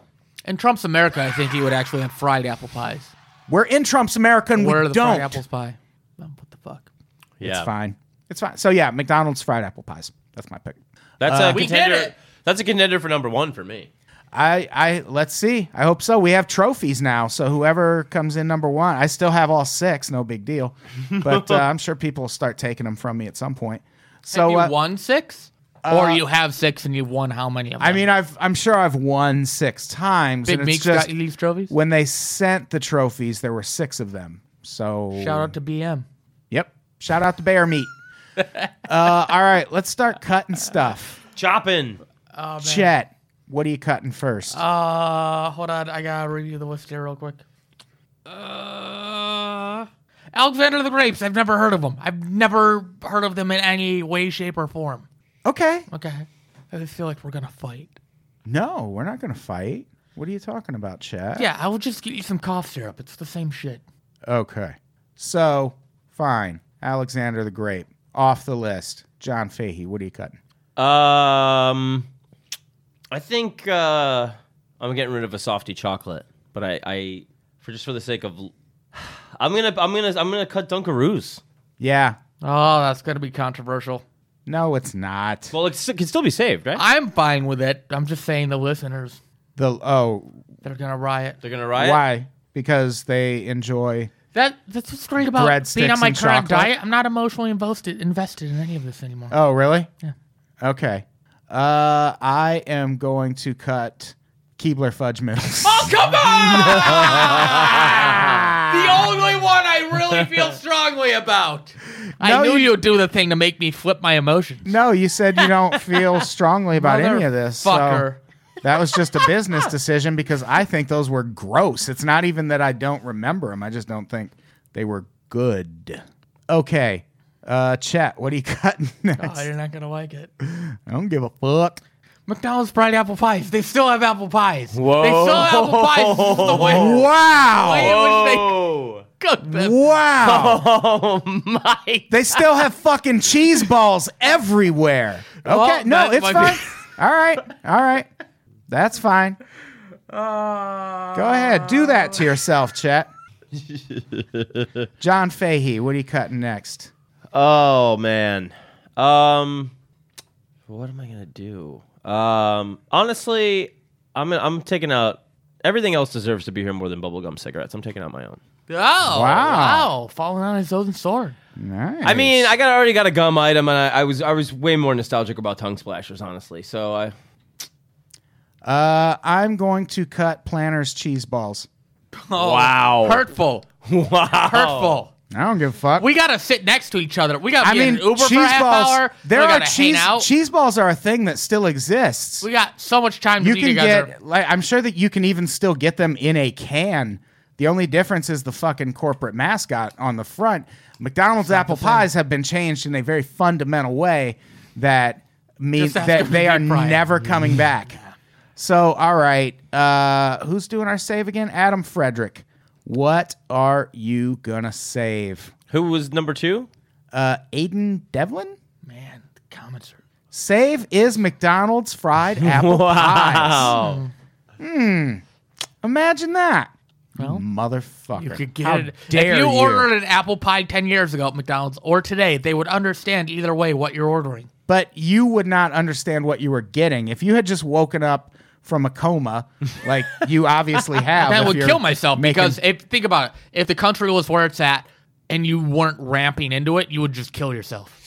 [SPEAKER 4] In Trump's America, I think he would actually have fried apple pies.
[SPEAKER 2] We're in Trump's America and
[SPEAKER 4] Where are
[SPEAKER 2] we
[SPEAKER 4] the
[SPEAKER 2] don't.
[SPEAKER 4] fried apples pie? Oh, what the fuck?
[SPEAKER 3] Yeah.
[SPEAKER 2] It's fine. It's fine. So yeah, McDonald's fried apple pies. That's my pick.
[SPEAKER 3] That's
[SPEAKER 2] Uh,
[SPEAKER 3] a
[SPEAKER 4] We did
[SPEAKER 3] contender.
[SPEAKER 4] it!
[SPEAKER 3] That's a contender for number one for me.
[SPEAKER 2] I, I let's see. I hope so. We have trophies now, so whoever comes in number one, I still have all six. No big deal, but uh, I'm sure people will start taking them from me at some point. So
[SPEAKER 4] you
[SPEAKER 2] uh,
[SPEAKER 4] won six, or you have six and you won how many of them?
[SPEAKER 2] I mean, I've I'm sure I've won six times.
[SPEAKER 4] Big
[SPEAKER 2] and it's
[SPEAKER 4] Meek's
[SPEAKER 2] just
[SPEAKER 4] got these trophies.
[SPEAKER 2] when they sent the trophies, there were six of them. So
[SPEAKER 4] Shout out to BM.
[SPEAKER 2] Yep. Shout out to Bear Meat. uh, all right, let's start cutting stuff.
[SPEAKER 3] Chopping.
[SPEAKER 2] Chet, what are you cutting first?
[SPEAKER 4] Oh, Uh, hold on, I gotta review the list here real quick. Uh, Alexander the Grapes. I've never heard of them. I've never heard of them in any way, shape, or form.
[SPEAKER 2] okay.
[SPEAKER 4] Okay, I just feel like we're gonna fight.
[SPEAKER 2] No, we're not gonna fight. What are you talking about, Chet?
[SPEAKER 4] Yeah, I will just get you some cough syrup. It's the same shit.
[SPEAKER 2] Okay. So, fine. Alexander the Great, off the list. John Fahey, what are you cutting?
[SPEAKER 3] Um, I think uh, I'm getting rid of a softy chocolate, but I, I for just for the sake of, I'm gonna, I'm gonna, I'm gonna cut Dunkaroos.
[SPEAKER 2] Yeah.
[SPEAKER 4] Oh, that's gonna be controversial.
[SPEAKER 2] No, it's not.
[SPEAKER 3] Well, it can still be saved, right?
[SPEAKER 4] I'm fine with it. I'm just saying the listeners
[SPEAKER 2] The oh,
[SPEAKER 4] they're gonna riot.
[SPEAKER 3] They're gonna riot.
[SPEAKER 2] why? Because they enjoy.
[SPEAKER 4] That that's what's great about being
[SPEAKER 2] Breadsticks
[SPEAKER 4] on my
[SPEAKER 2] and chocolate?
[SPEAKER 4] current diet. I'm not emotionally invested invested in any of this anymore.
[SPEAKER 2] Oh, really?
[SPEAKER 4] Yeah.
[SPEAKER 2] Okay. Uh, I am going to cut Keebler fudge middles.
[SPEAKER 4] Oh, come on! the only one I really feel strongly about. I
[SPEAKER 2] No,
[SPEAKER 4] knew
[SPEAKER 2] you-
[SPEAKER 4] you would do the thing to make me flip my emotions.
[SPEAKER 2] No, you said you don't feel strongly about any of this. so
[SPEAKER 4] Motherfucker.
[SPEAKER 2] that was just a business decision because I think those were gross. It's not even that I don't remember them. I just don't think they were good. Okay. Uh, Chet, what are you cutting next?
[SPEAKER 4] Oh, you're not gonna like it.
[SPEAKER 2] I don't give a fuck.
[SPEAKER 4] McDonald's fried apple pies. They still have apple pies. They still have apple pies. This is the way,
[SPEAKER 2] Wow.
[SPEAKER 4] way in which
[SPEAKER 3] Oh,
[SPEAKER 4] they cook them.
[SPEAKER 2] Wow.
[SPEAKER 3] oh my!
[SPEAKER 2] They still have fucking cheese balls everywhere. Okay.
[SPEAKER 4] Well,
[SPEAKER 2] no,
[SPEAKER 4] that
[SPEAKER 2] it's
[SPEAKER 4] might
[SPEAKER 2] fine.
[SPEAKER 4] be-
[SPEAKER 2] All right. All right. That's fine.
[SPEAKER 4] Uh,
[SPEAKER 2] Go ahead. Do that to yourself, Chet. John Fahey, what are you cutting next?
[SPEAKER 3] Oh man. Um, what am I gonna do? Um, honestly, I'm gonna, I'm taking out everything else deserves to be here more than bubblegum cigarettes. I'm taking out my own.
[SPEAKER 4] Oh, wow.
[SPEAKER 2] Wow.
[SPEAKER 4] Falling on his own sword.
[SPEAKER 2] Nice.
[SPEAKER 3] I mean, I got I already got a gum item, and I, I was I was way more nostalgic about tongue splashers, honestly. So I
[SPEAKER 2] uh, I'm going to cut Planner's cheese balls.
[SPEAKER 4] Oh,
[SPEAKER 3] Wow.
[SPEAKER 4] Hurtful.
[SPEAKER 3] wow.
[SPEAKER 4] Hurtful.
[SPEAKER 2] I don't give a fuck.
[SPEAKER 4] We gotta sit next to each other. We gotta
[SPEAKER 2] I
[SPEAKER 4] be in
[SPEAKER 2] mean,
[SPEAKER 4] an Uber
[SPEAKER 2] cheese
[SPEAKER 4] for a half
[SPEAKER 2] balls.
[SPEAKER 4] hour.
[SPEAKER 2] There
[SPEAKER 4] we
[SPEAKER 2] are
[SPEAKER 4] gotta
[SPEAKER 2] cheese
[SPEAKER 4] hang out.
[SPEAKER 2] cheese balls are a thing that still exists.
[SPEAKER 4] we got so much time to
[SPEAKER 2] you
[SPEAKER 4] be
[SPEAKER 2] can
[SPEAKER 4] together.
[SPEAKER 2] get like I'm sure that you can even still get them in a can. The only difference is the fucking corporate mascot on the front. McDonald's apple pies have been changed in a very fundamental way that means
[SPEAKER 4] Just ask
[SPEAKER 2] that
[SPEAKER 4] them
[SPEAKER 2] they
[SPEAKER 4] to
[SPEAKER 2] are
[SPEAKER 4] deep fry 'em.
[SPEAKER 2] never coming back. So, all right, uh, who's doing our save again? Adam Frederick. What are you gonna save?
[SPEAKER 3] Who was number two?
[SPEAKER 2] Uh, Aiden Devlin.
[SPEAKER 4] Man, the comments are.
[SPEAKER 2] Save is McDonald's fried apple pies.
[SPEAKER 3] Oh,
[SPEAKER 2] Hmm. Imagine that.
[SPEAKER 4] Well,
[SPEAKER 2] Motherfucker.
[SPEAKER 4] You could get
[SPEAKER 2] How
[SPEAKER 4] it.
[SPEAKER 2] Dare
[SPEAKER 4] if you, ordered an apple pie 10 years ago at McDonald's or today, they would understand either way what you're ordering.
[SPEAKER 2] But you would not understand what you were getting. If you had just woken up from a coma, like you obviously have.
[SPEAKER 4] That
[SPEAKER 2] if
[SPEAKER 4] would
[SPEAKER 2] you're
[SPEAKER 4] kill myself
[SPEAKER 2] making-
[SPEAKER 4] because if think about it, if the country was where it's at and you weren't ramping into it, you would just kill yourself.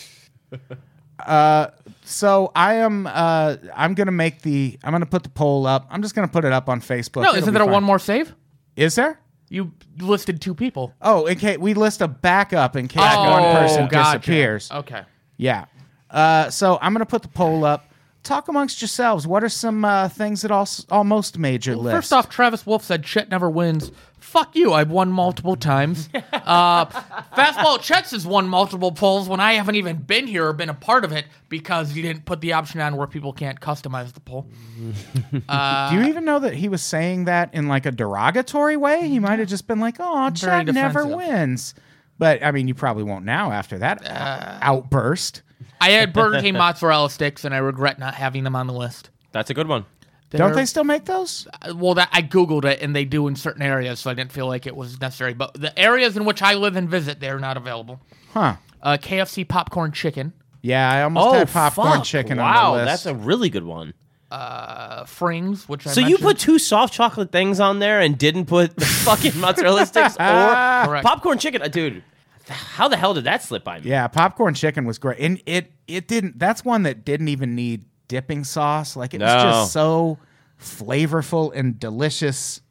[SPEAKER 2] So I am uh I'm gonna make the I'm gonna put the poll up. I'm just gonna put it up on Facebook.
[SPEAKER 4] No,
[SPEAKER 2] It'll
[SPEAKER 4] isn't
[SPEAKER 2] be
[SPEAKER 4] there
[SPEAKER 2] fine.
[SPEAKER 4] one more save?
[SPEAKER 2] Is there?
[SPEAKER 4] You listed two people.
[SPEAKER 2] Oh, in case we list a backup in case
[SPEAKER 4] Oh,
[SPEAKER 2] one person
[SPEAKER 4] gotcha.
[SPEAKER 2] disappears.
[SPEAKER 4] Okay.
[SPEAKER 2] Yeah. Uh, so I'm gonna put the poll up. Talk amongst yourselves. What are some uh, things that all, almost made your list?
[SPEAKER 4] First off, Travis Wolf said shit never wins. fuck you. I've won multiple times. uh, fastball Chets has won multiple polls when I haven't even been here or been a part of it because you didn't put the option on where people can't customize the poll.
[SPEAKER 2] Do you even know that he was saying that in like a derogatory way? He might have just been like, "Oh,
[SPEAKER 4] Very
[SPEAKER 2] Chad never
[SPEAKER 4] defensive.
[SPEAKER 2] wins." But I mean, you probably won't now after that uh, outburst.
[SPEAKER 4] I had Burger King mozzarella sticks and I regret not having them on the list.
[SPEAKER 3] That's a good one.
[SPEAKER 2] Don't
[SPEAKER 4] They're-
[SPEAKER 2] they still make those?
[SPEAKER 4] well that i googled it and they do in certain areas so i didn't feel like it was necessary but the areas in which i live and visit they're not available
[SPEAKER 2] Huh.
[SPEAKER 4] uh, kfc popcorn chicken
[SPEAKER 2] Yeah, I almost had popcorn
[SPEAKER 3] Oh, fuck.
[SPEAKER 2] chicken
[SPEAKER 3] wow,
[SPEAKER 2] on the list.
[SPEAKER 3] that's a really good one.
[SPEAKER 4] uh, frings which I
[SPEAKER 3] So you
[SPEAKER 4] mentioned.
[SPEAKER 3] put two soft chocolate things on there and didn't put the fucking mozzarella sticks or
[SPEAKER 4] Correct.
[SPEAKER 3] popcorn chicken, Uh, dude. How the hell did that slip by me?
[SPEAKER 2] Yeah, popcorn chicken was great, and it it didn't. That's one that didn't even need dipping sauce. Like it was just so flavorful and delicious.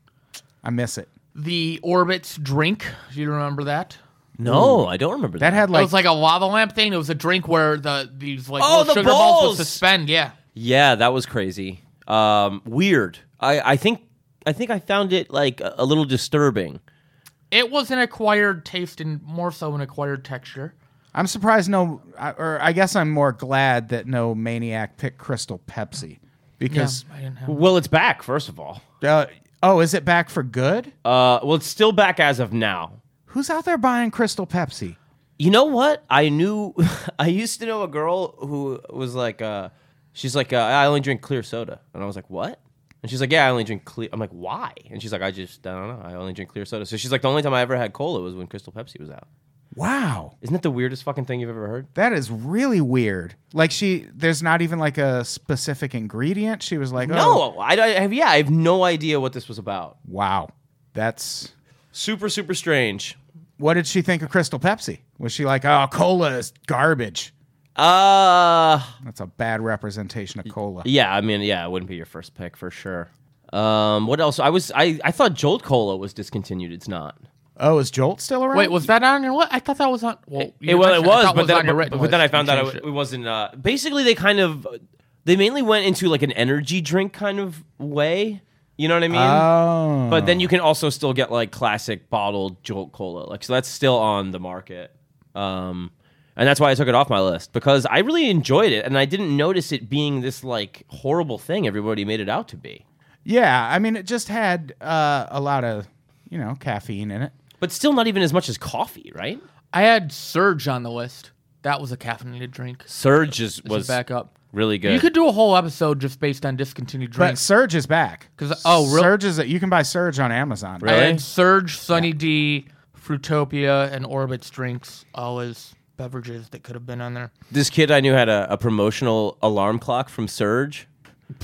[SPEAKER 2] I miss it.
[SPEAKER 4] the orbits drink do you remember that
[SPEAKER 3] No, I don't remember that.
[SPEAKER 2] That had
[SPEAKER 4] it
[SPEAKER 2] like,
[SPEAKER 4] was like a lava lamp thing it was a drink where the these like
[SPEAKER 3] Oh,
[SPEAKER 4] little
[SPEAKER 3] the
[SPEAKER 4] sugar balls
[SPEAKER 3] balls!
[SPEAKER 4] would suspend yeah
[SPEAKER 3] yeah, that was crazy. Um, weird. I, I think I think I found it like a, a little disturbing.
[SPEAKER 4] it was an acquired taste and more so an acquired texture
[SPEAKER 2] I'm surprised no, I- or I guess I'm more glad that no maniac picked Crystal Pepsi
[SPEAKER 4] yeah,
[SPEAKER 2] because
[SPEAKER 4] I didn't have
[SPEAKER 3] Well, it's back first of all.
[SPEAKER 2] uh, oh, is it back for good?
[SPEAKER 3] Uh, well, it's still back as of now.
[SPEAKER 2] Who's out there buying Crystal Pepsi?
[SPEAKER 3] You know what? I knew. I used to know a girl who was like, uh, she's like, uh, I only drink clear soda, and I was like, what? And she's like, yeah, I only drink clear. I'm like, why? And she's like, I just, I don't know. I only drink clear soda. So she's like, the only time I ever had cola was when Crystal Pepsi was out.
[SPEAKER 2] Wow,
[SPEAKER 3] Isn't that the weirdest fucking thing you've ever heard?
[SPEAKER 2] that is really weird. Like she, there's not even like a specific ingredient. She was
[SPEAKER 3] Uh.
[SPEAKER 2] like, oh,
[SPEAKER 3] No, I, I have. Yeah, I have no idea what this was about.
[SPEAKER 2] wow, that's
[SPEAKER 3] Super, super strange.
[SPEAKER 2] what did she think of Crystal Pepsi? Was she like, oh, cola is garbage?
[SPEAKER 3] Uh,
[SPEAKER 2] That's a bad representation of cola.
[SPEAKER 3] yeah. I mean, yeah, it wouldn't be your first pick for sure. Um, what else? I was, I, I thought Jolt Cola was discontinued. It's not.
[SPEAKER 2] Oh, is Jolt still around?
[SPEAKER 4] wait was that on your list i thought that was on well you
[SPEAKER 3] it, well, it
[SPEAKER 4] mentioned I
[SPEAKER 3] was,
[SPEAKER 4] thought
[SPEAKER 3] but,
[SPEAKER 4] on
[SPEAKER 3] then,
[SPEAKER 4] your
[SPEAKER 3] but,
[SPEAKER 4] written
[SPEAKER 3] but then I
[SPEAKER 4] list. You
[SPEAKER 3] found out
[SPEAKER 4] changed
[SPEAKER 3] it, it wasn't. Uh, basically, they kind of they mainly went into like an energy drink kind of way. You know what I mean?
[SPEAKER 2] Oh,
[SPEAKER 3] but then you can also still get like classic bottled Jolt Cola. Like so, that's still on the market. Um, and that's why I took it off my list because I really enjoyed it, and I didn't notice it being this like horrible thing everybody made it out to be.
[SPEAKER 2] yeah. I mean, it just had uh, a lot of you know caffeine in it.
[SPEAKER 3] But still, not even as much as coffee, right?
[SPEAKER 4] I had Surge on the list. That was a caffeinated drink.
[SPEAKER 3] Surge is,
[SPEAKER 4] This is
[SPEAKER 3] was
[SPEAKER 4] back up.
[SPEAKER 3] really good.
[SPEAKER 4] You could do a whole episode just based on discontinued
[SPEAKER 2] But
[SPEAKER 4] drinks.
[SPEAKER 2] Surge is back.
[SPEAKER 4] 'Cause- oh, really?
[SPEAKER 2] Surge is you can buy Surge on Amazon.
[SPEAKER 3] Really?
[SPEAKER 4] I had Surge, Sunny D, Fruitopia, and Orbitz drinks all as beverages that could have been on there.
[SPEAKER 3] this kid I knew had a, a promotional alarm clock from Surge,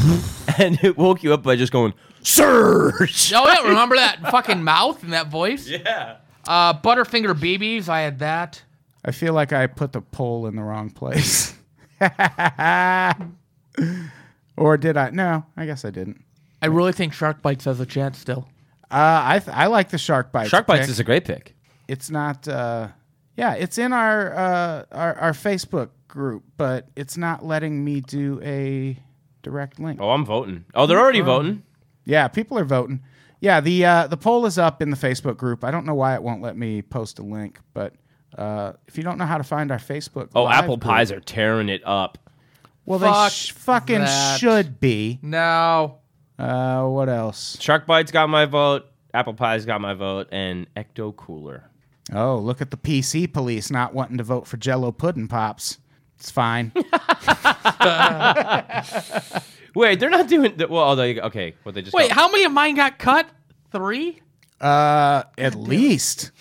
[SPEAKER 3] and it woke you up by just going Surge.
[SPEAKER 4] Oh yeah, remember that fucking mouth and that voice? Yeah. Uh, Butterfinger BBs. I had that.
[SPEAKER 2] I feel like I put the poll in the wrong place. or did I? No, I guess I didn't.
[SPEAKER 4] I really think Shark Bites has a chance still.
[SPEAKER 2] Uh, I th- I like the shark bites.
[SPEAKER 3] Shark bites
[SPEAKER 2] pick.
[SPEAKER 3] is a great pick.
[SPEAKER 2] it's not uh yeah it's in our uh our, our facebook group but it's not letting me do a direct link
[SPEAKER 3] Oh, I'm voting. Oh, they're already voting.
[SPEAKER 2] yeah people are voting yeah the uh the poll is up in the facebook group i don't know why it won't let me post a link but uh if you don't know how to find our facebook
[SPEAKER 3] Oh,
[SPEAKER 2] live
[SPEAKER 3] apple
[SPEAKER 2] group-
[SPEAKER 3] pies are tearing it up.
[SPEAKER 2] well
[SPEAKER 4] Fuck
[SPEAKER 2] they sh- fucking
[SPEAKER 4] that.
[SPEAKER 2] should be
[SPEAKER 4] No.
[SPEAKER 2] uh what else
[SPEAKER 3] Shark bites got my vote. Apple pies got my vote, and Ecto Cooler.
[SPEAKER 2] oh look at the pc police not wanting to vote for jello pudding pops it's fine
[SPEAKER 3] Wait, they're not doing. The, well, although you, okay, what they just
[SPEAKER 4] Wait,
[SPEAKER 3] got-
[SPEAKER 4] how many of mine got cut? Three.
[SPEAKER 2] Uh, at least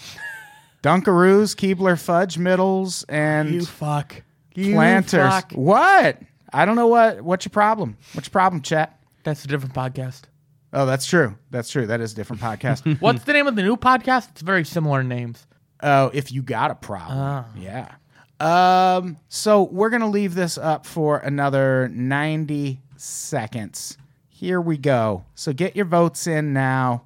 [SPEAKER 2] Dunkaroos, Keebler fudge middles, and
[SPEAKER 4] fuck.
[SPEAKER 2] planters. What? I don't know what. What's your problem? What's your problem, chat?
[SPEAKER 4] That's a different podcast.
[SPEAKER 2] Oh, that's true. That's true. That is a different podcast.
[SPEAKER 4] What's the name of the new podcast? It's very similar names.
[SPEAKER 2] Oh, if you got a problem, yeah. Um, so we're gonna leave this up for another ninety seconds. Here we go. So get your votes in now.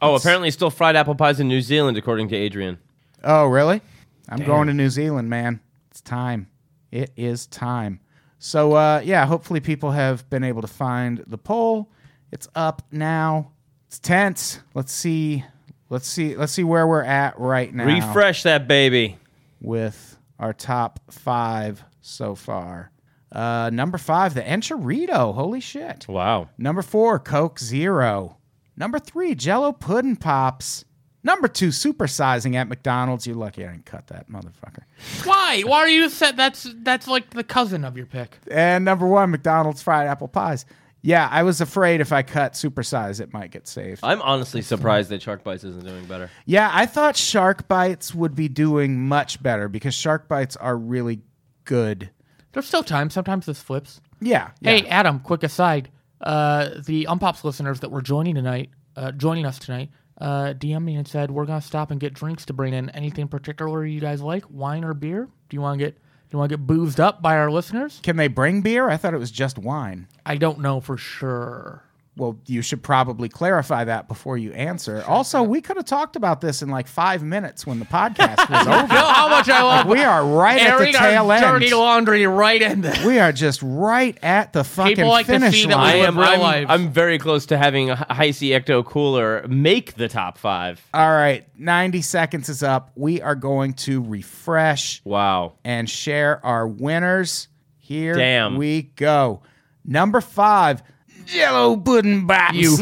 [SPEAKER 3] oh, apparently still fried apple pies in New Zealand, according to Adrian.
[SPEAKER 2] Oh, really? I'm going to New Zealand, man. It's time. It is time. So, uh, yeah, hopefully people have been able to find the poll. It's up now. It's tense. Let's see. Let's see. Let's see where we're at right now.
[SPEAKER 3] Refresh that baby.
[SPEAKER 2] with our top five so far. Uh, number five, the enchilado. Holy shit.
[SPEAKER 3] Wow.
[SPEAKER 2] Number four, Coke Zero. Number three, Jello Puddin' Pops. Number two, supersizing at McDonald's. You're lucky I didn't cut that motherfucker.
[SPEAKER 4] Why? Why are you set? That's that's like the cousin of your pick.
[SPEAKER 2] And number one, McDonald's fried apple pies. Yeah, I was afraid if I cut supersize, it might get saved.
[SPEAKER 3] I'm honestly surprised that Shark Bites isn't doing better.
[SPEAKER 2] Yeah, I thought Shark Bites would be doing much better because Shark Bites are really good.
[SPEAKER 4] There's still time. Sometimes this flips.
[SPEAKER 2] Yeah. yeah.
[SPEAKER 4] Hey, Adam. Quick aside. Uh, the Unpops listeners that were joining tonight, uh, joining us tonight, uh, DM me and said we're gonna stop and get drinks to bring in. Anything particular you guys like? Wine or beer? Do you want to get? Do you want to get boozed up by our listeners?
[SPEAKER 2] Can they bring beer? I thought it was just wine.
[SPEAKER 4] I don't know for sure.
[SPEAKER 2] Well, you should probably clarify that before you answer. Also, we could have talked about this in like five minutes when the podcast was
[SPEAKER 4] You know
[SPEAKER 2] over.
[SPEAKER 4] how much I love
[SPEAKER 2] We are right at the
[SPEAKER 4] airing
[SPEAKER 2] tail
[SPEAKER 4] our dirty
[SPEAKER 2] end.
[SPEAKER 4] laundry right in there.
[SPEAKER 2] We are just right at the fucking
[SPEAKER 4] like to
[SPEAKER 2] finish
[SPEAKER 4] see that
[SPEAKER 2] line.
[SPEAKER 4] we
[SPEAKER 3] I am.
[SPEAKER 4] in real
[SPEAKER 3] I'm,
[SPEAKER 4] life.
[SPEAKER 3] I'm very close to having a Heisey Ecto Cooler make the top five.
[SPEAKER 2] All right, 90 seconds is up. We are going to refresh
[SPEAKER 3] Wow.
[SPEAKER 2] and share our winners. Here
[SPEAKER 3] Damn.
[SPEAKER 2] we go. Number five, Jello Pudding Box.
[SPEAKER 4] You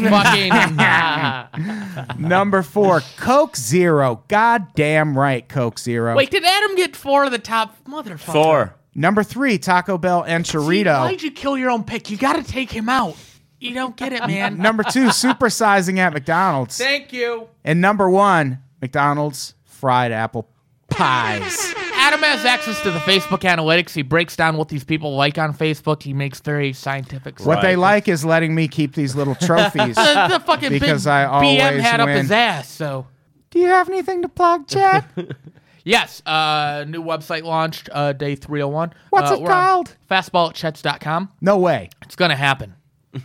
[SPEAKER 4] fucking.
[SPEAKER 2] Number four, Coke Zero. God damn right, Coke Zero.
[SPEAKER 4] Wait, did Adam get four of the top motherfucker?
[SPEAKER 3] Four.
[SPEAKER 2] Number three, Taco Bell
[SPEAKER 4] See,
[SPEAKER 2] Enchilito.
[SPEAKER 4] Why'd you kill your own pick? You gotta take him out. You don't get it, man.
[SPEAKER 2] number two, supersizing at McDonald's.
[SPEAKER 4] Thank you.
[SPEAKER 2] And number one, McDonald's fried apple pies.
[SPEAKER 4] Adam has access to the Facebook analytics. He breaks down what these people like on Facebook. He makes very scientific.
[SPEAKER 2] What they
[SPEAKER 3] Right.
[SPEAKER 2] like is letting me keep these little trophies.
[SPEAKER 4] The, the fucking
[SPEAKER 2] Because
[SPEAKER 4] big
[SPEAKER 2] I always
[SPEAKER 4] BM had up
[SPEAKER 2] win.
[SPEAKER 4] his ass. So
[SPEAKER 2] Do you have anything to plug, Chad?
[SPEAKER 4] yes, uh, new website launched uh, day three hundred one.
[SPEAKER 2] What's
[SPEAKER 4] uh,
[SPEAKER 2] it
[SPEAKER 4] we're on
[SPEAKER 2] called?
[SPEAKER 4] Fastballatchets.com.
[SPEAKER 2] No way.
[SPEAKER 4] It's gonna happen.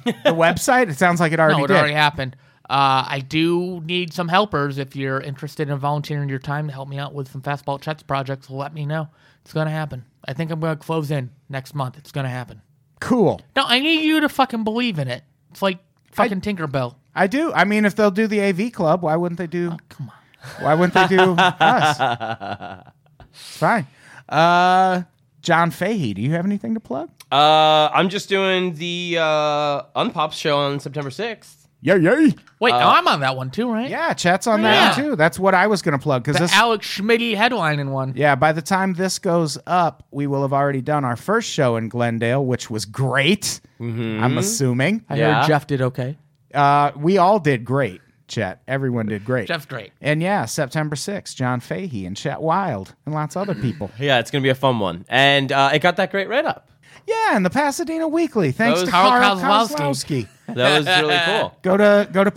[SPEAKER 2] The website? It sounds like it already
[SPEAKER 4] no, it
[SPEAKER 2] did.
[SPEAKER 4] already happened. Uh, I do need some helpers. If you're interested in volunteering your time to help me out with some fastball chats projects, let me know. It's gonna happen. I think I'm gonna close in next month. It's gonna happen.
[SPEAKER 2] cool.
[SPEAKER 4] No, I need you to fucking believe in it. It's like fucking Tinkerbell.
[SPEAKER 2] I do. I mean, if they'll do the AV Club, why wouldn't they
[SPEAKER 4] Oh,
[SPEAKER 2] do? come on. Why wouldn't they do us? It's fine. Uh, John Fahey, do you have anything to plug?
[SPEAKER 3] Uh, I'm just doing the uh, Unpops show on September 6th.
[SPEAKER 2] Yeah, yeah.
[SPEAKER 4] Wait,
[SPEAKER 3] Uh,
[SPEAKER 4] oh, I'm on that one too, right?
[SPEAKER 2] Yeah, chat's on that
[SPEAKER 4] Yeah.
[SPEAKER 2] one too. That's what I was going to plug because
[SPEAKER 4] The
[SPEAKER 2] this.
[SPEAKER 4] Alex Schmidt headline in one.
[SPEAKER 2] yeah, by the time this goes up, we will have already done our first show in Glendale, which was great.
[SPEAKER 4] Mm-hmm.
[SPEAKER 2] I'm assuming
[SPEAKER 4] I
[SPEAKER 3] Yeah.
[SPEAKER 4] heard Jeff did okay.
[SPEAKER 2] uh, we all did great. Chat, everyone did great.
[SPEAKER 4] Jeff's great.
[SPEAKER 2] And yeah, September 6th, John Fahey and Chet Wild and lots of other people.
[SPEAKER 3] Yeah, it's gonna be a fun one, and uh, it got that great write up.
[SPEAKER 2] Yeah, and the Pasadena Weekly. Thanks
[SPEAKER 3] That
[SPEAKER 2] to
[SPEAKER 3] was-
[SPEAKER 2] Carl,
[SPEAKER 4] Carl
[SPEAKER 2] Kozlowski.
[SPEAKER 4] Kozlowski.
[SPEAKER 3] That was really cool.
[SPEAKER 2] Go to go to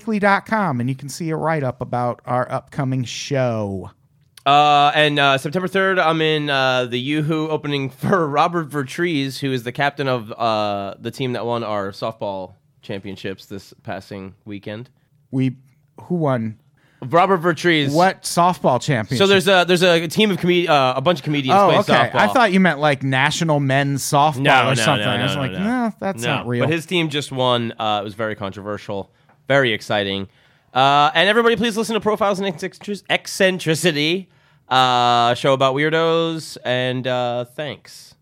[SPEAKER 2] PasadenaWeekly.com and you can see a write up about our upcoming show.
[SPEAKER 3] Uh, and uh, September 3rd, I'm in uh, the Yoo-Hoo opening for Robert Vertrees, who is the captain of uh, the team that won our softball championships this passing weekend.
[SPEAKER 2] We who won
[SPEAKER 3] Robert Vertrees.
[SPEAKER 2] what softball championship?
[SPEAKER 3] So there's a there's a team of comedi- uh, a bunch of comedians
[SPEAKER 2] oh
[SPEAKER 3] playing
[SPEAKER 2] okay.
[SPEAKER 3] softball.
[SPEAKER 2] I thought you meant like national men's softball
[SPEAKER 3] no,
[SPEAKER 2] or
[SPEAKER 3] no,
[SPEAKER 2] something.
[SPEAKER 3] No, no,
[SPEAKER 2] I was
[SPEAKER 3] no,
[SPEAKER 2] like,
[SPEAKER 3] no,
[SPEAKER 2] that's
[SPEAKER 3] No,
[SPEAKER 2] not real.
[SPEAKER 3] But his team just won. Uh, it was very controversial, very exciting. Uh, and everybody, please listen to Profiles and Eccentric- Eccentricity, uh, show about weirdos. And uh, thanks.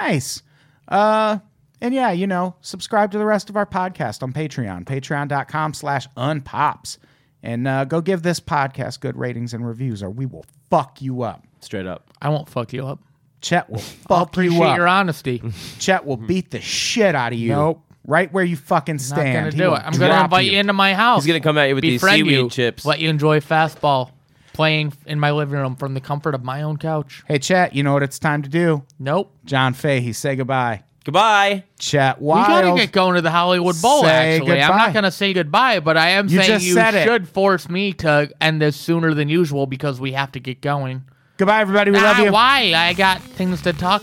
[SPEAKER 2] Nice. Uh, and yeah, you know, subscribe to the rest of our podcast on Patreon, patreon.com slash unpops. And uh, go give this podcast good ratings and reviews or we will fuck you up.
[SPEAKER 3] Straight up.
[SPEAKER 4] I won't fuck you up.
[SPEAKER 2] Chet will
[SPEAKER 4] I'll
[SPEAKER 2] fuck
[SPEAKER 4] appreciate
[SPEAKER 2] you up.
[SPEAKER 4] your honesty.
[SPEAKER 2] Chet will beat the shit out of you.
[SPEAKER 4] Nope.
[SPEAKER 2] Right where you fucking
[SPEAKER 4] Not
[SPEAKER 2] stand.
[SPEAKER 4] gonna
[SPEAKER 2] He
[SPEAKER 4] do
[SPEAKER 2] will
[SPEAKER 4] it. I'm gonna
[SPEAKER 2] drop
[SPEAKER 4] invite you. into my house.
[SPEAKER 3] He's gonna come at you with these
[SPEAKER 4] befriend
[SPEAKER 3] seaweed
[SPEAKER 4] you,
[SPEAKER 3] chips.
[SPEAKER 4] Let you enjoy fastball, playing in my living room from the comfort of my own couch.
[SPEAKER 2] Hey, Chet, you know what it's time to do?
[SPEAKER 4] Nope.
[SPEAKER 2] John Fahey, say goodbye.
[SPEAKER 3] Goodbye.
[SPEAKER 2] Chet
[SPEAKER 4] We gotta
[SPEAKER 2] Wild.
[SPEAKER 4] get going to the Hollywood Bowl.
[SPEAKER 2] Say
[SPEAKER 4] actually, I'm
[SPEAKER 2] goodbye.
[SPEAKER 4] not gonna say goodbye, but I am
[SPEAKER 2] You
[SPEAKER 4] saying
[SPEAKER 2] just
[SPEAKER 4] you
[SPEAKER 2] said it.
[SPEAKER 4] should force me to end this sooner than usual because we have to get going.
[SPEAKER 2] goodbye, everybody. We
[SPEAKER 4] Nah,
[SPEAKER 2] love you.
[SPEAKER 4] Why? I Ah, got things to talk